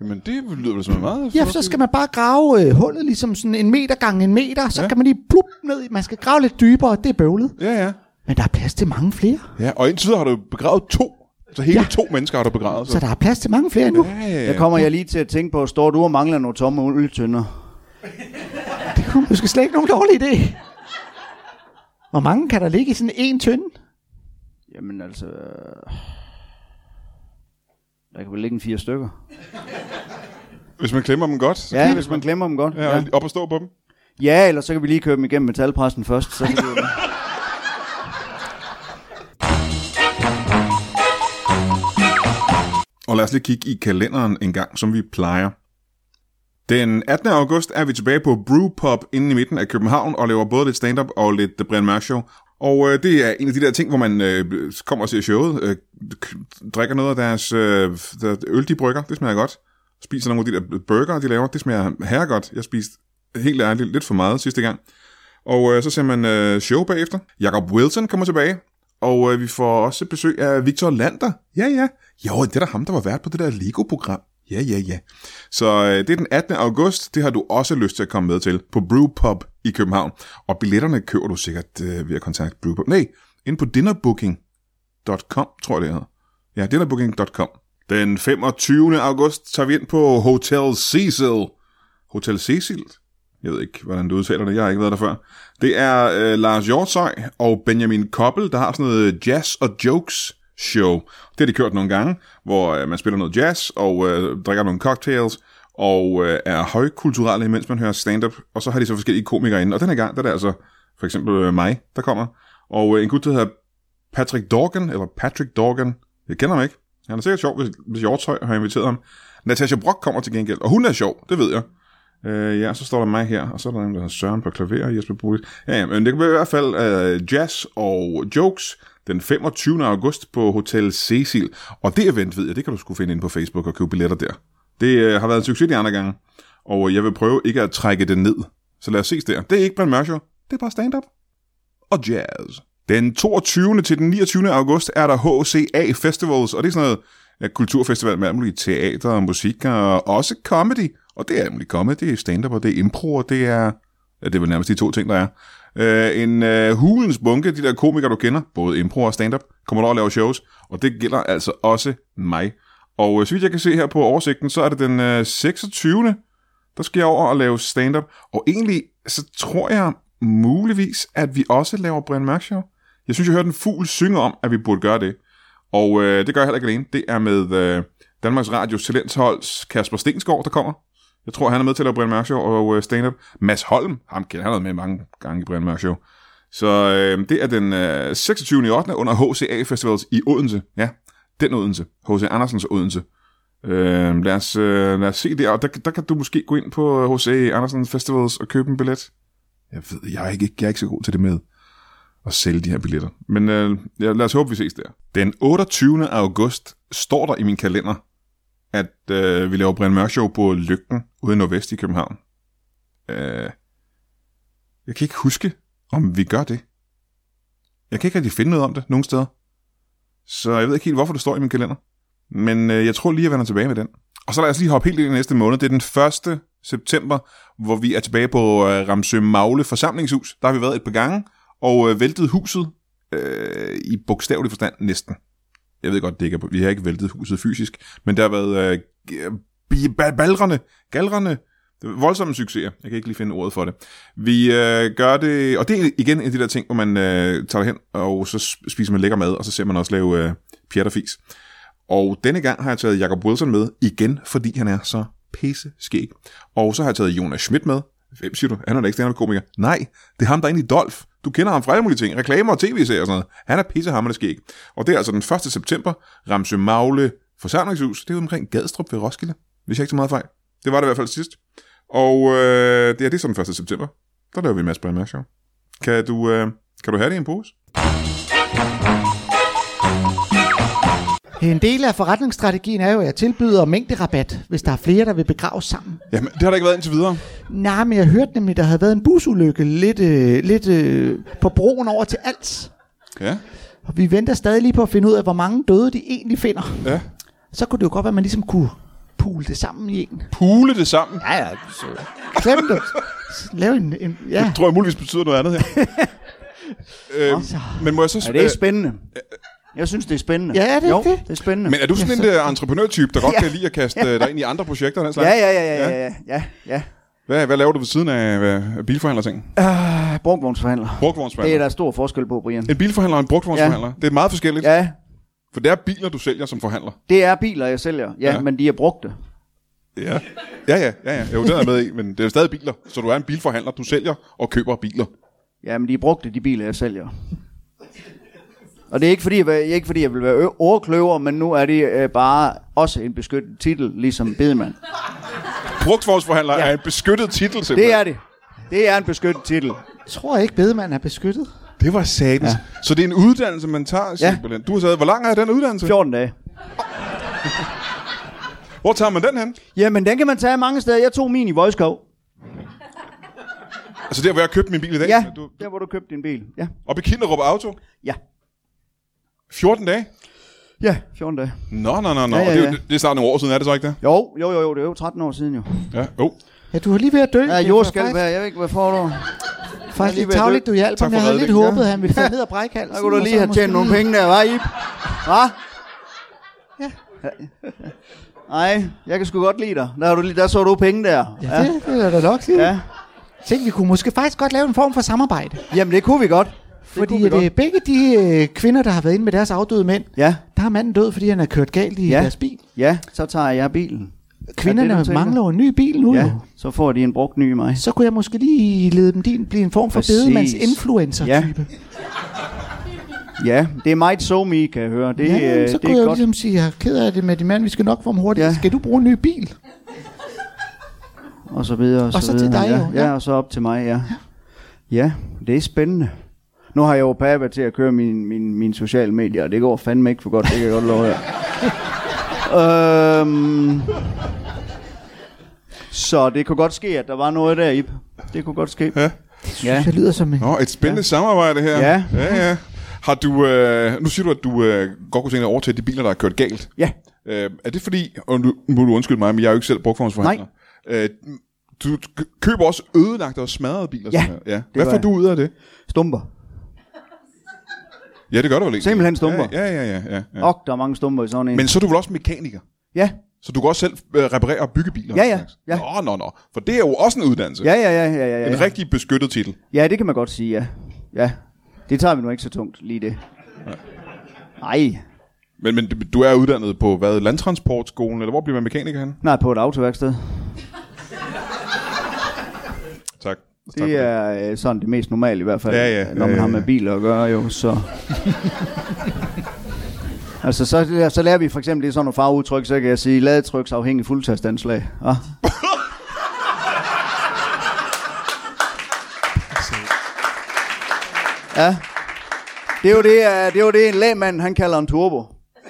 S1: Jamen, det lyder vel som en meget...
S3: Ja, for så skal man bare grave øh, hullet ligesom sådan en meter gange en meter, så
S1: Ja.
S3: ja. kan man lige plup ned. i- Man skal grave lidt dybere, og det er bøvlet.
S1: Ja, ja.
S3: Men der er plads til mange flere.
S1: Ja, og indtil videre har du begravet to. Så hele ja.
S3: Ja.
S1: to mennesker har du begravet.
S3: Så der er plads til mange flere nu.
S1: Ja, ja,
S2: Der
S1: ja.
S2: kommer jeg lige til at tænke på, står du og mangler nogle tomme øltønder?
S3: Det er måske slet ikke nogen dårlig idé. Hvor mange kan der ligge i sådan en tynde?
S2: Jamen altså... øh, Der kan vel ligge en fire stykker.
S1: Hvis man klemmer dem godt, så
S2: Ja, hvis man glemmer dem godt.
S1: ja,
S2: Ja,
S1: ja. op og stå på dem.
S2: ja eller så kan vi lige køre dem igennem metalpressen først. Så kan vi...
S4: Og lad os lige kigge i kalenderen en gang, som vi plejer. Den 18. august er vi tilbage på Brewpub inde i midten af København og laver både lidt stand-up og lidt The Brian Mørk Show. Og øh, det er en af de der ting, hvor man øh, kommer og ser showet, øh, k- drikker noget af deres øh, der, øl, de brygger, det smager godt. Spiser nogle af de der burger, de laver, det smager herregodt. Jeg spiste helt ærligt lidt for meget sidste gang. Og øh, så ser man øh, show bagefter. Jakob Wilson kommer tilbage. Og øh, vi får også besøg af Victor Lander. Ja, ja. Jo, det er da ham, der var vært på det der Lego-program. Ja, ja, ja. Så øh, det er den 18. august. Det har du også lyst til at komme med til på Brewpub i København. Og billetterne køber du sikkert øh, ved at kontakte Brewpub. Nej, inde på dinnerbooking.com, tror jeg det hedder. Ja, dinnerbooking.com. Den 25. august tager vi ind på Hotel Cecil. Hotel Cecil? Jeg ved ikke, hvordan du udtaler det. Jeg har ikke været der før. Det er øh, Lars Hjortøj og Benjamin Koppel, der har sådan noget øh, jazz og jokes show. Det har de kørt nogle gange, hvor øh, man spiller noget jazz og øh, drikker nogle cocktails og øh, er højkulturelle, mens man hører stand-up. Og så har de så forskellige komikere inde. Og den her gang, der er det altså for eksempel øh, mig, der kommer. Og øh, en gut, der hedder Patrick Dorgan, eller Patrick Dorgan. Jeg kender ham ikke. Han er sikkert sjov, hvis, hvis Hjortøj har inviteret ham. Natasha Brock kommer til gengæld, og hun er sjov, det ved jeg. Øh, ja, så står der mig her, og så er der en, der hedder Søren på klaver, og Jesper Bolis. Ja, ja, men det kan være i hvert fald øh, jazz og jokes den 25. august på Hotel Cecil. Og det event, ved jeg, det kan du skulle finde ind på Facebook og købe billetter der. Det øh, har været en succes de andre gange, og jeg vil prøve ikke at trække det ned. Så lad os ses der. Det er ikke Brian Mørk Show, det er bare stand-up og jazz. Den 22. til den 29. august er der HCA Festivals, og det er sådan noget ja, kulturfestival med alt muligt teater og musik og også comedy. Og det er alt muligt comedy, det er stand-up og det er impro, og det er... Ja, det er vel nærmest de to ting, der er. Øh, en øh, hulens bunke, de der komikere, du kender, både impro og stand-up, kommer over og laver shows, og det gælder altså også mig. Og øh, så vidt jeg kan se her på oversigten, så er det den øh, 26. Der skal jeg over og lave stand-up. Og egentlig, så tror jeg muligvis, at vi også laver Brian Mørk Show. Jeg synes, jeg hørte en fugl synge om, at vi burde gøre det. Og øh, det gør jeg heller ikke alene. Det er med øh, Danmarks Radios talentholds Kasper Stensgaard, der kommer. Jeg tror, han er med til at lave Brian Mørk Show og øh, stand-up. Mads Holm, ham kender han har været med mange gange i Brian Mørk Show. Så øh, det er den øh, 26. i 8. under HCA Festivals i Odense. Ja, den Odense. H.C. Andersens Odense. Øh, lad, os, øh, lad os se der, og der, der kan du måske gå ind på øh, H.C. Andersens Festivals og købe en billet. Jeg ved, jeg er ikke, jeg er ikke så god til det med at sælge de her billetter. Men øh, ja, lad os håbe, vi ses der. Den 28. august står der i min kalender, at øh, vi laver Brian Mørk Show på Lygten ude i Nordvest i København. Øh, jeg kan ikke huske, om vi gør det. Jeg kan ikke rigtig finde noget om det nogen steder. Så jeg ved ikke helt, hvorfor det står i min kalender. Men øh, jeg tror lige, jeg vender tilbage med den. Og så lad os lige hoppe helt ind i næste måned. Det er den 1. september, hvor vi er tilbage på øh, Ramsø Magle forsamlingshus. Der har vi været et par gange og øh, væltet huset øh, i bogstavelig forstand næsten. Jeg ved godt, det ikke er, vi har ikke væltet huset fysisk, men der har været øh, g- ba- balrene, galrene, voldsomme succeser. Jeg kan ikke lige finde ordet for det. Vi øh, gør det, og det er igen en af de der ting, hvor man øh, tager hen og så spiser man lækker mad, og så ser man også lave øh, pjat og fis. Og denne gang har jeg taget Jacob Wilson med, igen fordi han er så pisse skæg. Og så har jeg taget Jonas Schmidt med. Hvem siger du? Han er da ikke stand komiker. Nej, det er ham, der er inde i Dolf. Du kender ham fra alle mulige ting. Reklamer og tv-serier og sådan noget. Han er pissehammerende skæg. Og det er altså den 1. september. Ramsø Magle forsamlingshus. Det er ude omkring Gadstrup ved Roskilde. Hvis jeg ikke så meget fejl. Det var det i hvert fald sidst. Og øh, det er det er så den 1. september. Der laver vi en masse Brian Mørk Show. Kan du, øh, kan du have det i en pose?
S3: En del af forretningsstrategien er jo, at jeg tilbyder mængderabat, hvis der er flere, der vil begraves sammen.
S1: Jamen, det har der ikke været indtil videre.
S3: Nej, men jeg hørte nemlig, der havde været en busulykke lidt, øh, lidt øh, på broen over til Als.
S1: Ja.
S3: Og vi venter stadig lige på at finde ud af, hvor mange døde de egentlig finder.
S1: Ja.
S3: Så kunne det jo godt være, at man ligesom kunne pule det sammen i en.
S1: Pule det sammen.
S3: Ja, ja. Så. Klem det. Lave en, en ja.
S1: Det tror jeg muligvis betyder noget andet her. øhm,
S3: Altså.
S1: men må jeg så... øh,
S2: Ja, det er spændende. Jeg synes, det er spændende.
S3: Ja, er det
S2: jo,
S3: ikke det?
S2: det er spændende.
S1: men er du sådan en der entreprenørtype, der godt kan lide at kaste øh, dig ind i andre projekter og den slags?
S2: Ja, ja, ja, ja, ja, ja, ja.
S1: Hvad, hvad laver du ved siden af hvad, bilforhandlerting?
S2: ja. Brugvognsforhandler. Det er
S1: Brugtvognsforhandler.
S2: der stor forskel på, Brian.
S1: En bilforhandler og en brugtvognsforhandler. Ja. Det er meget forskelligt.
S2: Ja,
S1: For det er biler, du sælger som forhandler.
S2: det er biler, jeg sælger. Ja,
S1: Ja.
S2: ja. men de er brugte.
S1: Ja, ja, ja. ja, ja. Jo, det er jeg med i, men det er jo stadig biler. Så du er en bilforhandler, du sælger og køber biler.
S2: Ja, men de er brugte, de biler, jeg sælger. Og det er ikke fordi, jeg, vil- ikke fordi, jeg vil være ø- overkløver, men nu er det øh, bare også en beskyttet titel, ligesom bedemand.
S1: Brugtvognsforhandler ja. er en beskyttet titel, simpelthen.
S2: Det er det. Det er en beskyttet titel.
S3: Jeg tror ikke, bedemanden er beskyttet.
S1: Det var satans. Ja. Så det er en uddannelse, man tager simpelthen. Du har sagt, hvor lang er den uddannelse?
S2: 14 dage.
S1: Hvor tager man den hen?
S2: Jamen, den kan man tage mange steder. Jeg tog min i Vojskov.
S1: Altså der, hvor jeg købte min bil i dag.
S2: Ja,
S1: Du,
S2: der hvor du købte din bil. Ja,
S1: op i Kinderup Auto.
S2: ja.
S1: 14 dage?
S2: Ja, 14 dage.
S1: Nå, nå, nå, nå.
S2: Ja,
S1: Ja, ja,
S2: ja,
S1: Det, er
S2: ja.
S1: jo- det, det er snart nogle år siden, er det så ikke det?
S2: Jo, jo, jo, jo, det er jo 13 år siden jo.
S1: Ja. Oh.
S3: Ja, du har lige ved at dø.
S2: Ja,
S3: Det er
S2: jordskælv her,
S3: faktisk-
S2: jeg ved ikke, hvad får du?
S3: Faktisk
S2: lige
S3: lidt
S2: ved at dø.
S3: tavligt, du hjalp
S1: Tak
S3: ham.
S1: for
S3: Jeg havde lidt
S1: redningen.
S3: håbet, at han ville falde ned og brække halsen.
S2: Der kunne du
S3: og
S2: lige
S3: så
S2: have tjent
S3: måske-
S2: nogle penge der, var I? Hva? Ja. Nej, jeg kan sgu godt lide dig. Der, har du lige, der så du penge der.
S3: Ja, det, det er da nok sige.
S2: ja.
S3: Tænk, vi kunne måske faktisk godt lave en form for samarbejde.
S2: Jamen, det kunne vi godt.
S3: Fordi
S2: kunne
S3: at,
S2: vi
S3: øh, begge de øh, kvinder, der har været inde med deres afdøde mænd,
S2: Ja,
S3: der er manden død, fordi han har kørt galt i
S2: Ja.
S3: deres bil.
S2: ja, så tager jeg bilen.
S3: Kvinderne
S2: Ja, det er
S3: ja,
S2: det, du
S3: mangler jo en ny bil nu.
S2: Ja,
S3: Ja.
S2: så får de en brugt ny mig.
S3: Så kunne jeg måske lige lede dem din, blive en form for
S2: Præcis.
S3: bedemands-influencer-type.
S2: Ja, det er meget so me, kan jeg høre. Det,
S3: Ja,
S2: ja,
S3: ja,
S2: øh,
S3: så
S2: det
S3: kunne
S2: er
S3: jeg jo
S2: godt.
S3: ligesom sige, jeg er ked af det med din mand, vi skal nok få ham hurtigt. Ja.
S2: Ja.
S3: Skal du bruge en ny bil?
S2: Og så videre, og så,
S3: Og så til
S2: videre.
S3: dig
S2: ja.
S3: jo, ja.
S2: Ja, og så op til mig, ja. Ja, det er spændende. Nu har jeg jo Pava til at køre min, min, min sociale medier, og det går fandme ikke for godt, det kan jeg godt love jer. øhm, så det kunne godt ske, at der var noget der, Ip. Det kunne godt ske. Ja. Ja.
S3: Ja. Det lyder som en...
S4: Nå, et spændende ja. samarbejde her.
S2: Ja.
S4: ja, ja. Har du, øh, nu siger du, at du øh, godt kunne tænke dig at overtage de biler, der har kørt galt.
S2: ja.
S4: Øh, er det fordi, og nu må du undskylde mig, men jeg er jo ikke selv brugformsforhandler. Nej. Øh, du k- køber også ødelagte og smadrede biler.
S2: Ja,
S4: sådan her. ja. Hvad
S2: gør
S4: får
S2: jeg.
S4: du ud af det?
S2: Stumper.
S4: Ja, det gør du vel ikke?
S2: Simpelthen stumper.
S4: Ja, ja, ja. ja, ja.
S2: Ja. Og der er mange stumper i sådan en.
S4: Men så er du vel også mekaniker?
S2: Ja,
S4: Så du kan også selv øh, reparere og bygge biler?
S2: Ja, ja, ja.
S4: Nå, nå, nå. For det er jo også en uddannelse.
S2: ja, ja, ja, ja, ja, ja.
S4: En rigtig beskyttet titel.
S2: Ja, det kan man godt sige, ja. Ja, det tager vi nu ikke så tungt, lige det. Nej,
S4: Men, men du er uddannet på hvad? Landtransportskolen? Eller hvor bliver man mekaniker hen?
S2: nej, på et autoværksted.
S4: Tak. tak for
S2: Det er øh, sådan det mest normale i hvert fald, øh,
S4: Ja, Øh. ja,
S2: når man
S4: ja,
S2: har
S4: ja,
S2: med
S4: ja.
S2: biler at gøre jo, så... altså, så, er det der- så lærer vi for eksempel, det er sådan nogle farveudtryk, så kan jeg sige, ladetryksafhængig fuldtastanslag. Ah. ja. Det er jo det, øh, det, er jo det en lægmand, han kalder en turbo.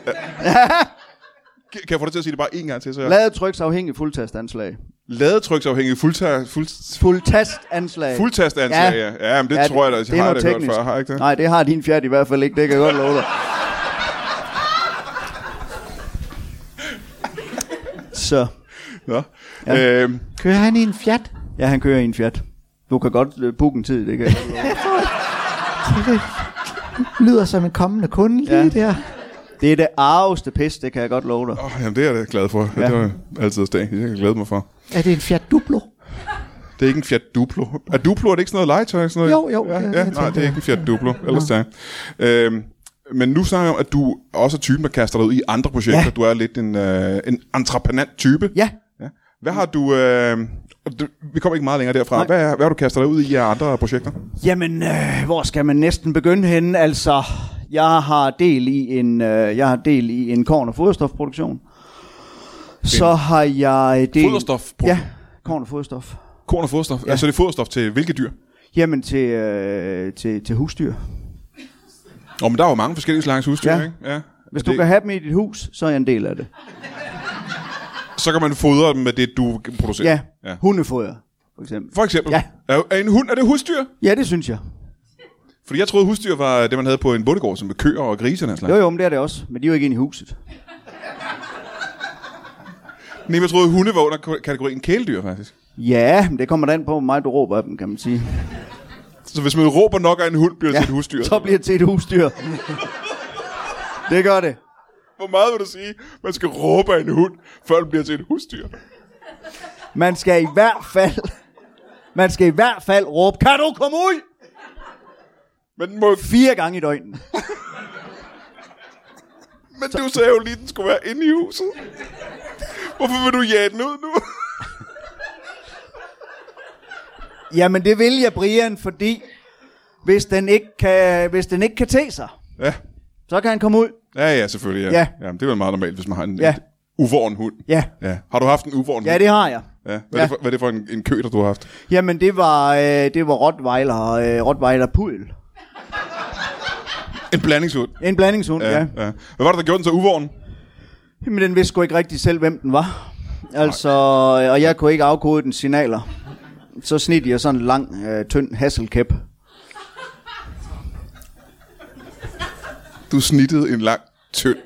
S4: Kan kan jeg få dig til at sige det bare en gang til? Så jeg...
S2: Ladetryksafhængig fuldtastanslag.
S4: Ladetryksafhængig fuldtast, fuld,
S2: Fuldtastanslag.
S4: fuldtastanslag, ja. ja. ja men det ja, tror jeg da, jeg har det hørt før, har jeg ikke det?
S2: Nej, det har din fjert i hvert fald ikke, det kan jeg godt love dig. Så,
S4: Nå. Ja. Øhm,
S3: Kører han i en Fiat?
S2: ja, han kører i en fjert. Du kan godt øh, booke en tid, det kan jeg. godt love dig.
S3: Det lyder som en kommende kunde lige ja.
S2: Ja.
S3: der.
S2: Det er det arveste pis, det kan jeg godt love dig.
S4: åh, jamen, det er jeg da glad for. Ja. Det var altid dag. Det er jeg glad mig for.
S3: Er det en Fiat Duplo?
S4: Det er ikke en Fiat Duplo. Er Duplo, er det ikke sådan noget legetøj? Sådan noget?
S3: Jo, jo,
S4: Ja,
S3: jeg-
S4: ja, nej,
S3: jeg
S4: det
S3: tænkte
S4: er ikke en Fiat Duplo. Ellers tak. Øhm, men nu snakker jeg om, at du også er typen, der kaster dig ud i andre projekter. Ja.
S2: Ja.
S4: Du er lidt en, øh, en entreprenant type.
S2: Ja,
S4: ja. Hvad har du... Øh, du- vi kommer ikke meget længere derfra.
S2: Nej.
S4: Hvad, er- hvad har du kastet dig ud i af andre projekter?
S2: Jamen, øh, hvor skal man næsten begynde henne? Altså, jeg har del i en, øh, jeg har del i en korn- og foderstofproduktion. Så har jeg del...
S4: Foderstofproduktion?
S2: Ja, korn- og foderstof.
S4: Korn og foderstof? Ja. Altså det er foderstof til hvilke dyr?
S2: Jamen, til, øh, til, til husdyr.
S4: Nå, men der er jo mange forskellige slags husdyr, ja.
S2: Ja.
S4: ikke? Ja.
S2: Hvis
S4: Er
S2: du
S4: det,
S2: kan have dem i dit hus, så er jeg en del af det.
S4: Så kan man fodre dem med det, du producerer.
S2: Ja, ja. hundefoder, for eksempel.
S4: For eksempel.
S2: Ja.
S4: Er, er en hund, er det husdyr?
S2: Ja, det synes jeg.
S4: Fordi jeg troede, husdyr var det, man havde på en bondegård, som med køer og grise og den slags.
S2: Jo, jo, men det er det også. Men de er jo ikke inde i huset.
S4: Nej, men jeg troede, hunde var under k- kategorien kæledyr, faktisk.
S2: Ja, men det kommer da an på, hvor meget du råber af dem, kan man sige.
S4: Så hvis man råber nok af en hund, bliver det
S2: Ja,
S4: til et husdyr.
S2: så bliver det til et husdyr. det gør det.
S4: Hvor meget vil du sige, man skal råbe af en hund, før den bliver til et husdyr?
S2: Man skal i hvert fald... Man skal i hvert fald råbe, kan du komme ud?
S4: Men, den må,
S2: Fire gange i døgnet.
S4: men du sagde jo lige, den skulle være inde i huset. Hvorfor vil du jage den ud nu?
S2: Jamen, det vil jeg, Brian, fordi hvis den ikke kan, hvis den ikke kan te sig,
S4: ja.
S2: så kan han komme ud.
S4: Ja, ja, selvfølgelig. Ja.
S2: Ja.
S4: ja. men det er vel meget normalt, hvis man har en, ja.
S2: Ja.
S4: en uvorn hund.
S2: Ja.
S4: ja. Har du haft en uvorn
S2: Ja,
S4: hund?
S2: det har jeg.
S4: Ja. Hvad, Er det
S2: Ja.
S4: for, hvad er det for en, en køter, du har haft?
S2: Jamen, det var, øh, det var Rottweiler, øh, Rottweiler Pudel.
S4: En blandingshund.
S2: En blandingshund, ja. ja.
S4: ja. Hvad var det, der gjorde den så uvorn?
S2: Jamen, den vidste sgu ikke rigtig selv, hvem den var. Altså, øh, og jeg kunne ikke afkode dens signaler. Så snit jeg sådan en lang, øh, tynd hasselkæp.
S4: Du snittede en lang, tynd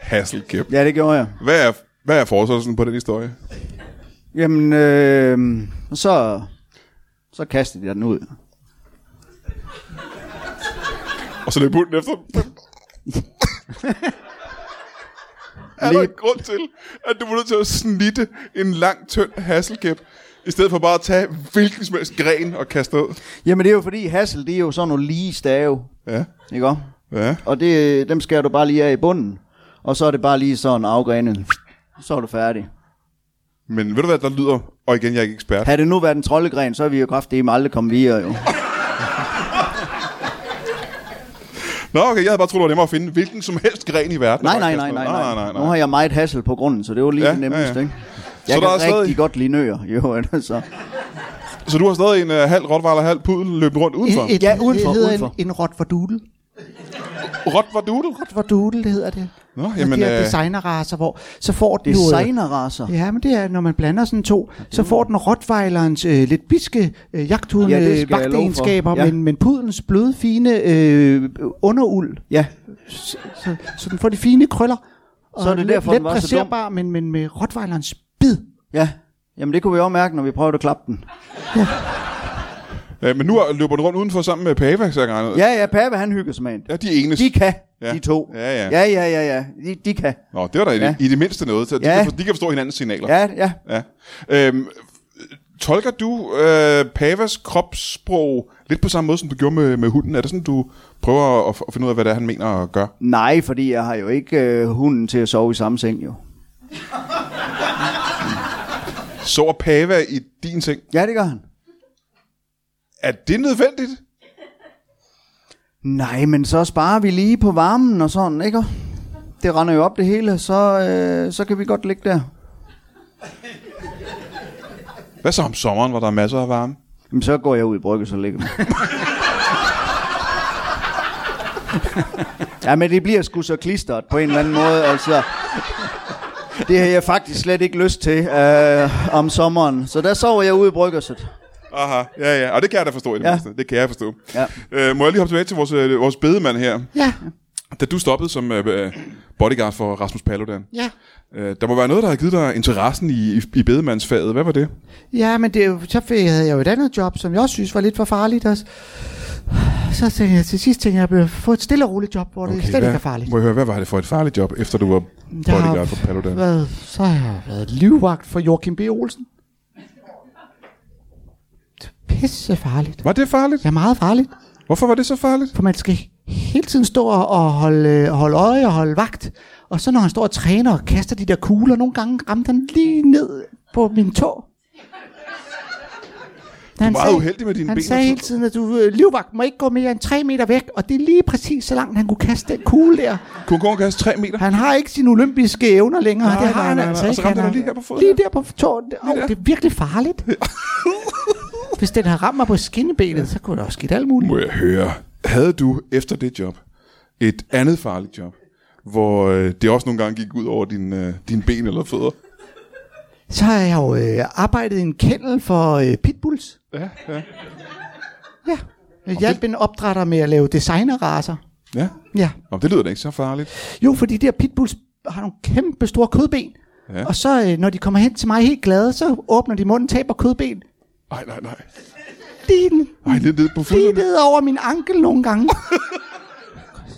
S4: hasselkæp.
S2: Ja, det gjorde jeg.
S4: Hvad er, hvad er forsøgelsen på den historie?
S2: Jamen, øh, så, så kastede jeg den ud.
S4: Og så løb hunden efter dem. er der en grund til, at du var nødt til at snitte en lang, tynd hasselkæp? I stedet for bare at tage hvilken som helst gren og kaste ud.
S2: Jamen det er jo fordi Hassel, det er jo sådan nogle lige stave,
S4: Ja,
S2: ikke også?
S4: ja.
S2: Og det, dem skærer du bare lige af i bunden. Og så er det bare lige sådan afgrenet. Så er du færdig.
S4: Men ved du hvad, der lyder, og igen, jeg er ikke ekspert.
S2: Havde det nu været en troldegren, så er vi jo kraftedeme aldrig kommet videre jo.
S4: Nå, okay, jeg havde bare troet, det var nemmere at finde hvilken som helst gren i verden.
S2: Nej,
S4: og
S2: nej,
S4: kaste
S2: nej,
S4: ud.
S2: nej,
S4: nej, nej,
S2: Nu har jeg meget hassel på grunden, så det var lige
S4: Ja,
S2: ja, det nemmeste,
S4: ja,
S2: ja,
S4: ja.
S2: ja. ikke? Jeg
S4: Så der
S2: så kan
S4: er
S2: rigtig
S4: stadig- øh,
S2: godt lide nøer, jo, altså.
S4: Så du har stadig en uh, halv rottweiler, halv pudel løbende rundt udenfor?
S3: Et, et,
S2: Ja,
S3: ja,
S2: udenfor,
S3: det hedder
S2: udenfor.
S3: en, en rotvordudel.
S4: Rot var dudel?
S3: Rotvordudel, det hedder det.
S4: Nå,
S3: Og
S4: jamen,
S3: de her
S4: øh,
S3: designerraser, hvor så får den jo... øh,
S2: Designerraser.
S3: Ja, men det er, når man blander sådan to, så får den rottweilerens øh, lidt biske øh, jagthunde
S2: Mm. Ja, det skal
S3: ja,
S2: jeg love for.
S3: vagtegenskaber, ja.
S2: Ja.
S3: men, men pudelens bløde, fine øh, underuld,
S2: Ja.
S3: så, så, så den får de fine krøller. Og
S2: Så er det
S3: let-
S2: derfor,
S3: let
S2: den var så dum.
S3: dresserbar, men, men med rottweilerens bid.
S2: Ja. Jamen det kunne vi også mærke, når vi prøvede at klappe den.
S4: Ja, men nu er- løber den rundt udenfor sammen med Pava, så jeg regner ud.
S2: Ja, ja, Pape han hygger sig med en.
S4: ja de er enes.
S2: De kan,
S4: Ja.
S2: ja. de to.
S4: Ja, ja.
S2: Ja, ja, ja, ja. De, de kan.
S4: Nå, det var da i, ja.
S2: Ja.
S4: i det mindste noget, så de,
S2: Ja.
S4: kan for, de kan forstå hinandens signaler.
S2: Ja, ja.
S4: ja. Øhm, tolker du øh, Pavas kropssprog lidt på samme måde, som du gjorde med, med hunden? Er det sådan, du prøver at, f- at finde ud af, hvad det er, han mener at gøre?
S2: Nej, fordi jeg har jo ikke øh, hunden til at sove i samme seng, jo.
S4: Sover Pava i din ting?
S2: Ja, det gør han.
S4: Er det nødvendigt?
S2: Nej, men så sparer vi lige på varmen og sådan, ikke? Det render jo op det hele, så, øh, så kan vi godt ligge der.
S4: Hvad så om sommeren, hvor der er masser af varme?
S2: Jamen, så går jeg ud i brygge, så ligger man. ja, men det bliver sgu så klistret på en eller anden måde, altså. Det har jeg faktisk slet ikke lyst til øh, om sommeren. Så der sover jeg ude i bryggerset.
S4: Aha, ja, ja. Og det kan jeg da forstå i det ja.
S2: Ja.
S4: mindste. Det kan jeg forstå.
S2: Ja.
S4: Øh, må jeg lige hoppe tilbage til vores, øh, vores bedemand her?
S3: Ja,
S4: Da du stoppede som øh, øh, bodyguard for Rasmus Paludan,
S3: ja.
S4: øh, der må være noget, der har givet dig interessen i, i, i bedemandsfaget. Hvad var det?
S3: Ja, men det, er jo- så fik- havde jeg jo et andet job, som jeg også synes var lidt for farligt. Også. Så tænkte jeg til sidst, tænkte jeg, at jeg ville få et stille og roligt job, hvor okay, det slet ikke er farligt.
S4: Må jeg høre, hvad var det for et farligt job, efter du var
S3: Jeg har
S4: bodyguard for Paludan?
S3: Været, så har jeg været livvagt for Joachim B. Olsen. Det er pisse farligt.
S4: Var det farligt?
S3: Det er meget farligt,
S4: Hvorfor var det så farligt?
S3: for man skal hele tiden stå og og holde, øh, holde øje og holde vagt. Og så når han står og træner og kaster de der kugler, nogle gange ramte han lige ned på min tå. Du er
S4: meget uheldig med dine
S3: han
S4: ben,
S3: sagde
S4: altså.
S3: hele tiden, at du, øh, livvagt må ikke gå mere end 3 meter væk, og det er lige præcis så langt, han kunne kaste den kugle der.
S4: Kunne kun kaste 3 meter?
S3: Han har ikke sine olympiske evner længere.
S4: Nej,
S3: det har
S4: nej,
S3: han
S4: nej,
S3: altså
S4: nej. Og
S3: ikke.
S4: så ramte
S3: Han
S4: den
S3: har-
S4: lige her på foden.
S3: Lige der på tåen. Åh, oh, det er virkelig farligt. Hvis den har ramt mig på skinnebenet, så kunne der også ske alt muligt.
S4: Må jeg høre, havde du efter det job et andet farligt job, hvor øh, det også nogle gange gik ud over din, øh, dine ben eller fødder?
S3: Så har jeg jo øh, arbejdet i en kennel for øh, pitbulls.
S4: Ja, ja.
S3: Ja. Jeg hjalp en opdrætter med at lave designerraser.
S4: ja.
S3: Ja.
S4: Om det lyder da ikke så farligt.
S3: Jo, fordi de her pitbulls har nogle kæmpe store kødben.
S4: Ja.
S3: Ja. Og så øh, når de kommer hen til mig helt glade, så åbner de munden, taber kødben.
S4: Nej, nej, nej.
S3: Din
S4: Nej, det er nede på
S3: lige
S4: fødderne.
S3: ned over min ankel nogle gange.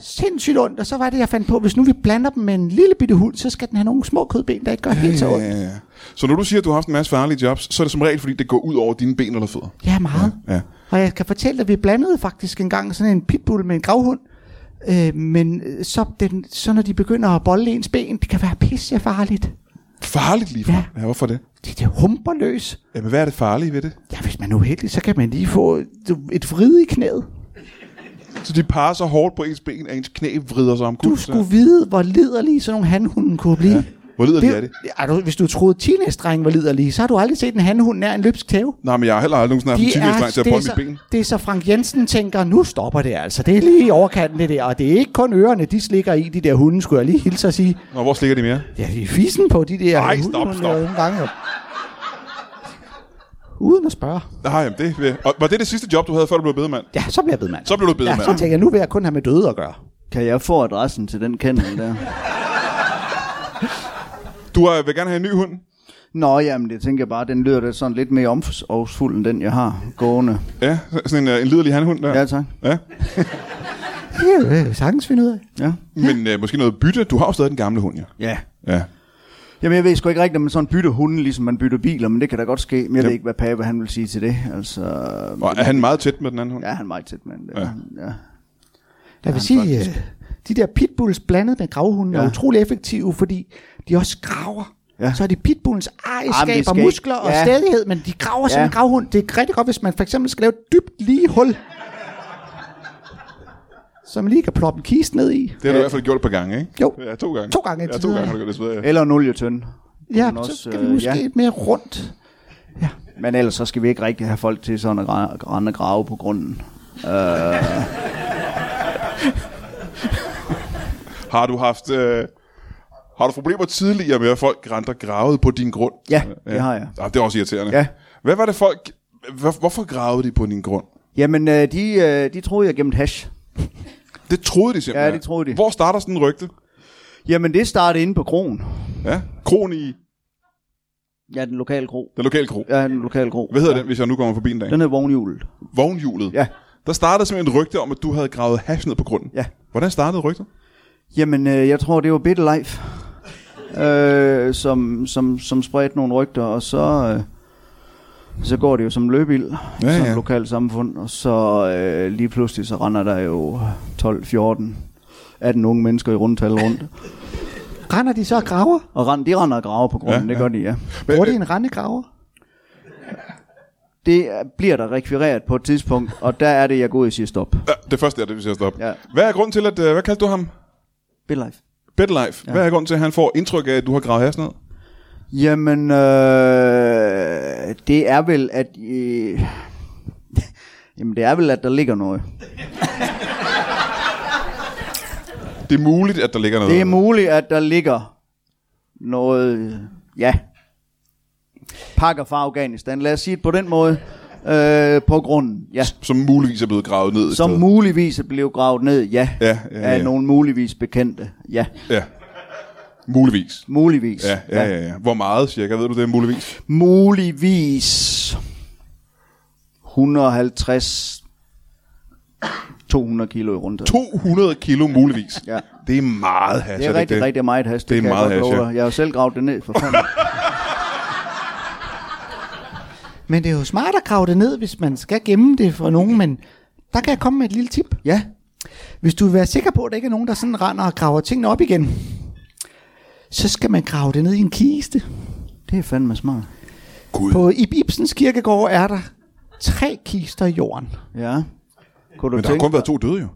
S3: Sindssygt ondt, og så var det, jeg fandt på, hvis nu vi blander dem med en lille bitte hund, så skal den have nogle små kødben, der ikke gør helt så
S4: Ja,
S3: ondt.
S4: ja, ja. Så når du siger, at du har haft en masse farlige jobs, så er det som regel, fordi det går ud over dine ben eller fødder.
S3: Ja, meget.
S4: Ja.
S3: Og jeg kan fortælle dig, at vi blandede faktisk engang sådan en pitbull med en gravhund. Øh, men øh, så, den, så når de begynder at bolle ens ben, det kan være pisse farligt.
S4: Farligt lige ja.
S3: Ja.
S4: ja. hvorfor det?
S3: Det er humperløs.
S4: Jamen, hvad er det farlige ved det?
S3: Ja, hvis man er uheldig, så kan man lige få du- et vrid i knæet.
S4: Så de parer så hårdt på ens ben, at ens knæ vrider sig om
S3: Du skulle vide, hvor liderlige sådan nogle handhunden kunne blive. Ja.
S4: Hvor liderlige er de?
S3: Ja, du, hvis du troede, teenage var liderlige, så har du aldrig set en handhund nær en løbsk tæve.
S4: Nej, men jeg har heller aldrig nogensinde haft en teenage til at
S3: det, er
S4: bolle mit
S3: så,
S4: ben.
S3: det er så Frank Jensen tænker, nu stopper det altså. Det er lige i overkanten det der, og det er ikke kun ørerne, de slikker i, de der hunde, skulle jeg lige hilse og sige.
S4: Nå, hvor slikker de mere?
S3: Ja, de er fissen på, de der
S4: Ej,
S3: hunde,
S4: stop,
S3: hun
S4: stop.
S3: laver nogle gange. jo. Uden at spørge.
S4: Nej, jamen det... vil- Og var det det sidste job, du havde, før du blev bedemand?
S3: Ja, så bliver jeg bedemand.
S4: Så blev du bedemand.
S3: Ja, så tænker jeg, nu vil jeg kun have med døde at gøre.
S2: Kan jeg få adressen til den kennel der?
S4: Du øh, vil gerne have en ny hund?
S2: Nå, jamen det tænker jeg bare, den lyder da sådan lidt mere omsorgsfuld end den, jeg har gående.
S4: Ja, så- sådan en, øh, en liderlig handhund der.
S2: Ja, tak.
S4: ja.
S3: Det kan jeg jo sagtens finde ud af.
S2: Ja.
S4: Men øh, måske noget bytte. Du har jo stadig den gamle hund, ja.
S2: Ja.
S4: Ja.
S2: Jamen, jeg ved sgu ikke rigtigt, om man sådan bytter hunde, ligesom man bytter biler, men det kan da godt ske. Men jeg
S4: Ja.
S2: ved ikke, hvad Pape han vil sige til det. Altså,
S4: Og er han meget tæt med den anden hund?
S2: ja, han er meget tæt med det.
S4: Ja.
S2: Ja. ja.
S3: Jeg vil sige, øh, de der pitbulls blandet med gravhunden ja. er
S2: Ja.
S3: utrolig effektive, fordi de også graver. Ja.
S2: Ja.
S3: Så er det pitbullens
S2: Jamen,
S3: ejerskab
S2: det
S3: og
S2: skal
S3: muskler
S2: ikke-
S3: og
S2: ja.
S3: stædighed, men de graver ja. som
S2: Ja.
S3: en gravhund. Det er rigtig godt, hvis man for eksempel skal lave et dybt lige hul, som man lige kan ploppe en kiste ned i.
S4: Det har du i hvert fald gjort et par gange, ikke?
S3: Jo.
S4: Ja, to gange.
S3: To gange
S4: Ja,
S3: indtil
S4: to gange
S3: videre.
S4: har du gjort det, så ved jeg.
S2: Eller en olietønde.
S3: Ja,
S2: Men
S3: så
S2: også,
S3: skal vi
S2: øh,
S3: måske
S2: ja.
S3: ja. mere rundt.
S2: Men ellers så skal vi ikke rigtig have folk til sådan at gra- rende og grave på grunden.
S4: Har du haft... Øh, har du problemer tidligere med, at folk rent og gravede på din grund?
S2: Ja, det har jeg.
S4: Ah, Det er også irriterende.
S2: Ja.
S4: Hvad var det folk... Hvor, hvorfor gravede de på din grund?
S2: Jamen, øh, de, øh, de troede, jeg gemte hash.
S4: Det troede de simpelthen.
S2: Ja, det troede de.
S4: Hvor starter sådan en rygte?
S2: Jamen, det startede inde på kroen.
S4: Ja, kron i
S2: Ja, den lokale kro.
S4: den lokale kro.
S2: Ja, den lokale kro.
S4: Hvad hedder den, hvis jeg nu kommer forbi en dag?
S2: Den hedder vognhjulet.
S4: Vognhjulet.
S2: Ja.
S4: Der startede simpelthen et rygte om, at du havde gravet hash ned på grunden.
S2: Ja.
S4: Hvordan startede rygtet?
S2: Jamen, øh, jeg tror, det var Bitte Life, øh, som, som, som spredte nogle rygter, og så, øh, så går det jo som løbild,
S4: Ja,
S2: ja, som
S4: ja.
S2: ja. lokalt samfund, og så øh, lige pludselig så render der jo 12, 14, 18 unge mennesker i rundtal rundt,
S3: Render de så og graver?
S2: og rend, de render og graver på grunden,
S4: Ja,
S2: ja, det
S4: ja.
S2: gør de, ja.
S3: Bruger de en rendegraver?
S2: Det er- bliver der rekvireret på et tidspunkt, og der er det, jeg går ud og siger stop.
S4: Ja, det første er det, vi siger stoppe.
S2: Ja.
S4: Hvad er grunden til, at... øh, Hvad kaldte du ham?
S2: Bitte Life.
S4: Bedlife. Ja. Hvad er grunden til, at han får indtryk af, at du har gravet hash ned?
S2: Jamen, øh, det er vel, at... Øh, jamen, det er vel, at der ligger noget.
S4: Det er muligt, at der ligger noget.
S2: Det er muligt, at der ligger noget, ja, pakker fra Afghanistan. Lad os sige det på den måde. Øh, på grunden, ja.
S4: som muligvis er blevet gravet ned. et
S2: Som
S4: sted.
S2: muligvis er blevet gravet ned, ja.
S4: Ja, ja, ja.
S2: Af nogle muligvis bekendte, ja.
S4: Ja. Muligvis.
S2: Muligvis.
S4: Ja, ja, ja, ja. Hvor meget cirka, ved du det, muligvis?
S2: Muligvis 150 200 kilo i rundt.
S4: 200 kilo muligvis.
S2: Ja.
S4: Det er meget hash.
S2: Det er
S4: Altså, det
S2: rigtig,
S4: ikke
S2: det?
S4: det?
S2: rigtig meget hash. Det,
S4: Det er
S2: kan
S4: meget
S2: jeg, godt
S4: hash,
S2: love
S4: ja.
S2: dig. jeg har jo selv gravet det ned for fanden.
S3: Men det er jo smart at grave det ned, hvis man skal gemme det for nogen, men der kan jeg komme med et lille tip.
S2: ja,
S3: Hvis du vil være sikker på, at der ikke er nogen, der sådan render og graver tingene op igen, så skal man grave det ned i en kiste.
S2: det er fandme smart.
S4: Gud.
S3: På Ib Ibsens kirkegård er der tre kister i jorden.
S2: Ja. Kunne du
S4: Men der har
S2: tænke
S4: kun været to døde jo.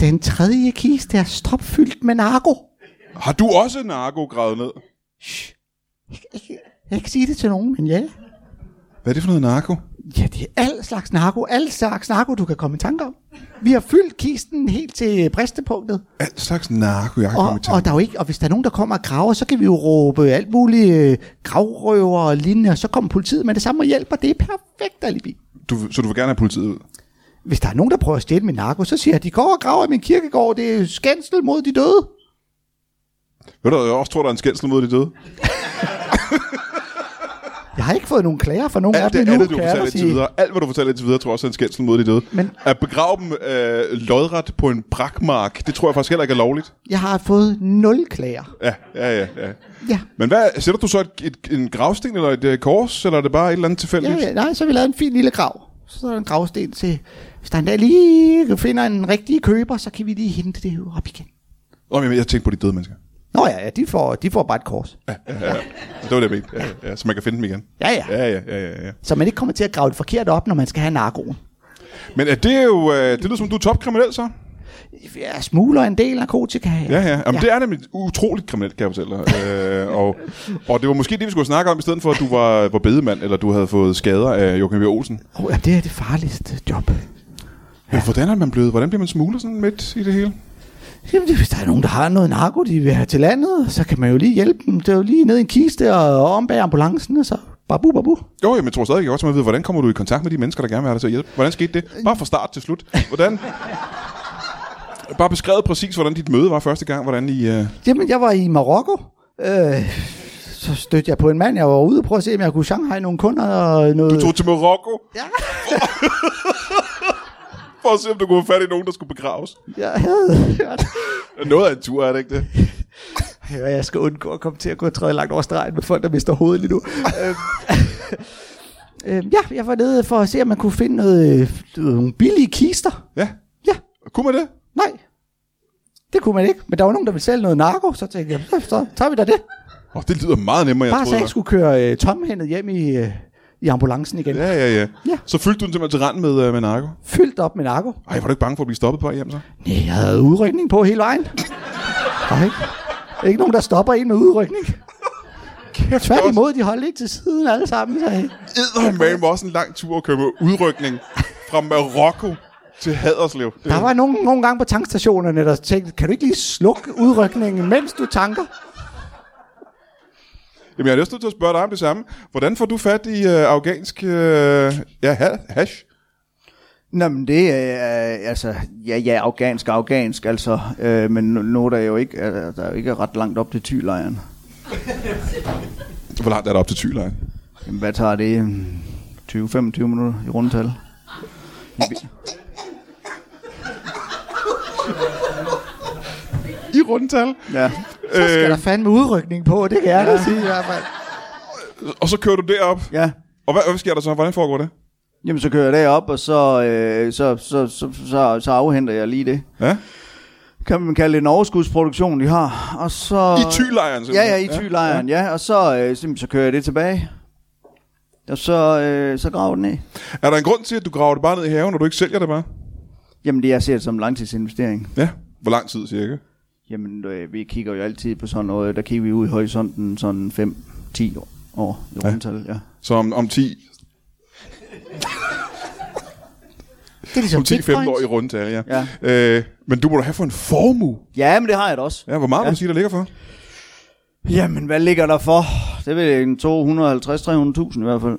S3: Den tredje kiste er stopfyldt med narko.
S4: Har du også narko gravet ned?
S3: Jeg kan ikke sige det til nogen, men ja.
S4: Hvad er det for noget narko?
S3: Ja, det er al slags narko. Al slags narko, du kan komme i tanke om. Vi har fyldt kisten helt til bristepunktet.
S4: Alt slags narko, jeg har
S3: Og,
S4: kommet til.
S3: og, der er jo ikke, og hvis der er nogen, der kommer og graver, så kan vi jo råbe alt muligt øh, gravrøver og lignende, og så kommer politiet med det samme og hjælper. Det er perfekt alibi.
S4: Du, så du vil gerne have politiet ud?
S3: Hvis der er nogen, der prøver at stjæle min narko, så siger jeg, de går og graver i min kirkegård. Det er jo skændsel mod de døde.
S4: Ved du, jeg også tror, der er en skændsel mod de døde.
S3: Jeg har ikke fået nogen klager fra nogen af
S4: Alt
S3: dem
S4: det
S3: endnu,
S4: andet, du
S3: kan jeg da
S4: fortalte indtil
S3: sige.
S4: videre, alt hvad du fortalte indtil videre, tror jeg også er en skændsel mod de døde.
S3: Men-
S4: At begrave dem øh, lodret på en brakmark, det tror jeg faktisk heller ikke er lovligt.
S3: Jeg har fået nul klager.
S4: Ja, ja, ja. ja.
S3: Ja.
S4: Men hvad, sætter du så et, et, en gravsten eller et øh, kors, eller er det bare et eller andet tilfældigt?
S3: Ja, ja, nej, så har vi lavet en fin lille grav. Så er der en gravsten til, hvis der en dag lige finder en rigtig køber, så kan vi lige hente det op igen.
S4: Nå, men jeg tænkte på de døde mennesker.
S3: Nå ja, ja de, får, de får bare et kors.
S4: Det var det, jeg mente. Ja, ja, ja, så man kan finde dem igen.
S3: Ja, ja.
S4: Ja, ja, ja, ja, ja.
S3: Så man ikke kommer til at grave det forkert op, når man skal have narkoen.
S4: Men er det jo, øh, det lyder som, du er topkriminel så?
S3: Jeg smugler en del narkotika.
S4: Ja, ja. Jamen, ja. det er nemlig utroligt kriminelt, kan jeg fortælle dig. øh, og, og det var måske det, vi skulle snakke om, i stedet for, at du var, var bedemand, eller du havde fået skader af Joachim V. Olsen.
S3: Oh, ja, det er det farligste job.
S4: Ja. Men hvordan er man blevet? Hvordan bliver man smugler sådan midt i det hele?
S3: Jamen, det- hvis der er nogen, der har noget narko, de vil have til landet, så kan man jo lige hjælpe dem. Det er jo lige ned i en kiste og om bag ambulancen, og så babu, babu.
S4: Jo, jamen, jeg tror stadig også, man ved, hvordan kommer du i kontakt med de mennesker, der gerne vil have dig til at hjælpe? Hvordan skete det? Bare fra start til slut. Hvordan? Bare beskrevet præcis, hvordan dit møde var første gang, hvordan I... Øh...
S3: Jamen, jeg var i Marokko. Øh, så stødte jeg på en mand, jeg var ude og prøve at se, om jeg kunne Shanghai nogle kunder og noget...
S4: Du tog til Marokko?
S3: Ja.
S4: for at se, om du kunne få fat i nogen, der skulle begraves.
S3: Jeg havde hørt,
S4: Noget af en tur, er det ikke det?
S3: Ja, jeg skal undgå at komme til at gå træde langt over stregen med folk, der mister hovedet lige nu. Øhm, øhm, ja, jeg var nede for at se, om man kunne finde noget, øh, du ved, nogle billige kister.
S4: Ja.
S3: Ja,
S4: Kunne man det?
S3: nej. Det kunne man ikke. Men der var nogen, der ville sælge noget narko, så tænkte jeg, så, så tager vi da det.
S4: Oh, det lyder meget nemmere, end jeg
S3: Bare så
S4: troede.
S3: jeg
S4: det
S3: skulle køre øh, tomhændet hjem i, øh, i ambulancen igen.
S4: var. Ja, ja, ja,
S3: Ja.
S4: Så fyldte du den simpelthen til rand med, øh, med narko.
S3: Fyldt op med narko.
S4: Ej, var du ikke bange for at blive stoppet på vej hjem så?
S3: Nej, jeg havde udrykning på hele vejen. Nej. Ikke nogen, der stopper en med udrykning. Tværtimod, de holdt ikke til siden alle sammen. Så,
S4: Eddermame var også en lang tur at køre med udrykning fra Marokko til Haderslev. Det-
S3: Der var nogle, nogle gange på tankstationerne, der tænkte, kan du ikke lige slukke udrykningen, mens du tanker?
S4: Jamen, jeg er lyst til at spørge dig om det samme. Hvordan får du fat i øh, afghansk øh, ja, ha- hash?
S2: Nå, men det er, øh, altså, ja, ja, afghansk, afghansk, altså, øh, men nu, nu er der jo ikke, øh, der er jo ikke ret langt op til tylejren.
S4: Hvor langt er der op til Thylejren?
S2: Jamen, Hvad tager det? Mm, 20-25 minutter i rundtal. I bi-
S4: I rundtal.
S2: Ja.
S3: Så skal
S4: Øh.
S3: der fandme udrykning på, det kan jeg da sige i hvert fald.
S4: Og så kører du derop.
S2: ja.
S4: Og hvad, hvad sker der så? Hvordan foregår det?
S2: Jamen, så kører jeg derop, og så, øh, så, så, så, så, så afhenter jeg lige det.
S4: Ja?
S2: Kan man kalde det en overskudsproduktion, de har. Og så,
S4: I Thylejren
S2: Ja, ja, i tylejren, ja. ja. Og så, øh, simpelthen, så kører jeg det tilbage. Og så, øh, så graver den af.
S4: Er der en grund til, at du graver det bare ned i haven, når du ikke sælger det bare?
S2: Jamen, det jeg ser det som en langtidsinvestering.
S4: Ja. Hvor lang tid cirka?
S2: Jamen, øh, vi kigger jo altid på sådan noget. Der kigger vi ud i horisonten sådan 5-10 år i rundtal, ja.
S4: Så om, om 10,
S3: Det er ligesom
S4: om 10-15 år i
S3: bitcoins.
S4: rundtal, ja.
S2: Ja.
S4: Øh, men du må da have for en formue.
S2: Ja, men det har jeg da også.
S4: Ja, hvor meget ja. må
S2: Ja.
S4: du sige, der ligger for?
S2: Jamen, hvad ligger der for? Det er vel en 250-300.000 i hvert fald.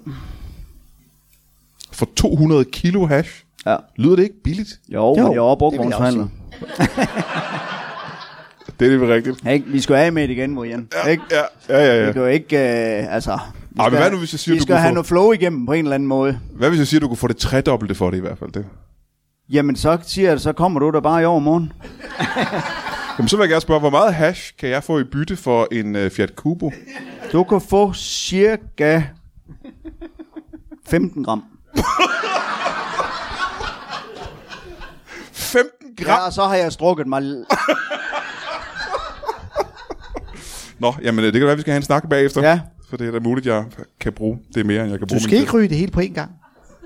S4: For 200 kilo hash.
S2: Ja.
S4: Lyder det ikke billigt?
S2: Jo, jo
S3: Jo,
S2: jeg er
S3: det vil jeg også
S2: brugvognsforhandler.
S4: Det er det vel rigtigt.
S2: Ikke? Vi skal af med det igen, Marianne. Ja. Ikke?
S4: Ja, ja, ja.
S2: Vi
S4: ja.
S2: kan jo ikke, øh, altså... vi
S4: Ej, men
S2: skal-
S4: hvad nu, hvis jeg siger,
S2: vi
S4: du
S2: skal
S4: kunne
S2: have
S4: få-
S2: noget flow igennem på en eller anden måde.
S4: Hvad hvis jeg siger, at du kunne få det tredobbelte for det i hvert fald? Det.
S2: Jamen, så siger jeg, så kommer du der bare i overmorgen.
S4: Jamen, så vil jeg gerne spørge, hvor meget hash kan jeg få i bytte for en uh, Fiat Cubo?
S2: Du kan få cirka 15 gram.
S4: 15 gram?
S2: Ja, og så har jeg strukket mig...
S4: Nå, jamen øh, det kan være, vi skal have en snak bagefter.
S2: Ja.
S4: For det er da muligt, jeg kan bruge det mere, end jeg kan
S3: Du
S4: bruge
S3: skal
S4: min
S3: ikke ryge det hele på én gang.
S4: tid.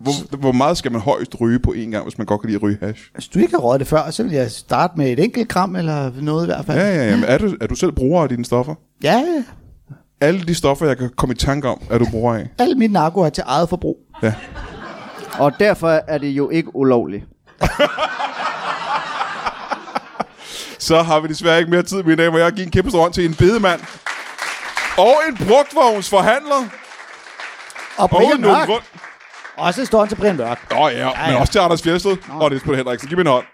S4: Hvor, hvor meget skal man højst ryge på én gang, hvis man godt kan lide at ryge hash?
S3: Hvis Altså, du ikke har røget det før, så vil jeg starte med et enkelt gram eller noget i hvert fald.
S4: Ja, ja, ja. Men er du, er du selv bruger af dine stoffer?
S3: ja.
S4: Alle de stoffer, jeg kan komme i tanke om, er du bruger af.
S3: Al mit narko er til eget forbrug.
S4: Ja.
S2: Og derfor er det jo ikke ulovligt.
S4: Så har vi desværre ikke mere tid, mine damer. Jeg giver en kæmpe stor hånd til en bedemand. Og en brugtvognsforhandler.
S3: Og
S4: Og
S3: Brian
S4: en
S3: Mørk.
S4: grund.
S3: Også står til Brian Mørk.
S4: Nå ja, ja, men
S3: ja.
S4: også til Anders Fjeldsted og Niels Peter Henriksen. Giv mig en hånd.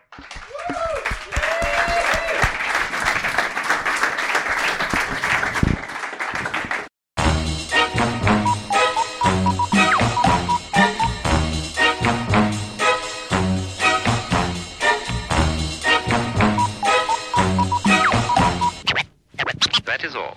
S5: That is all.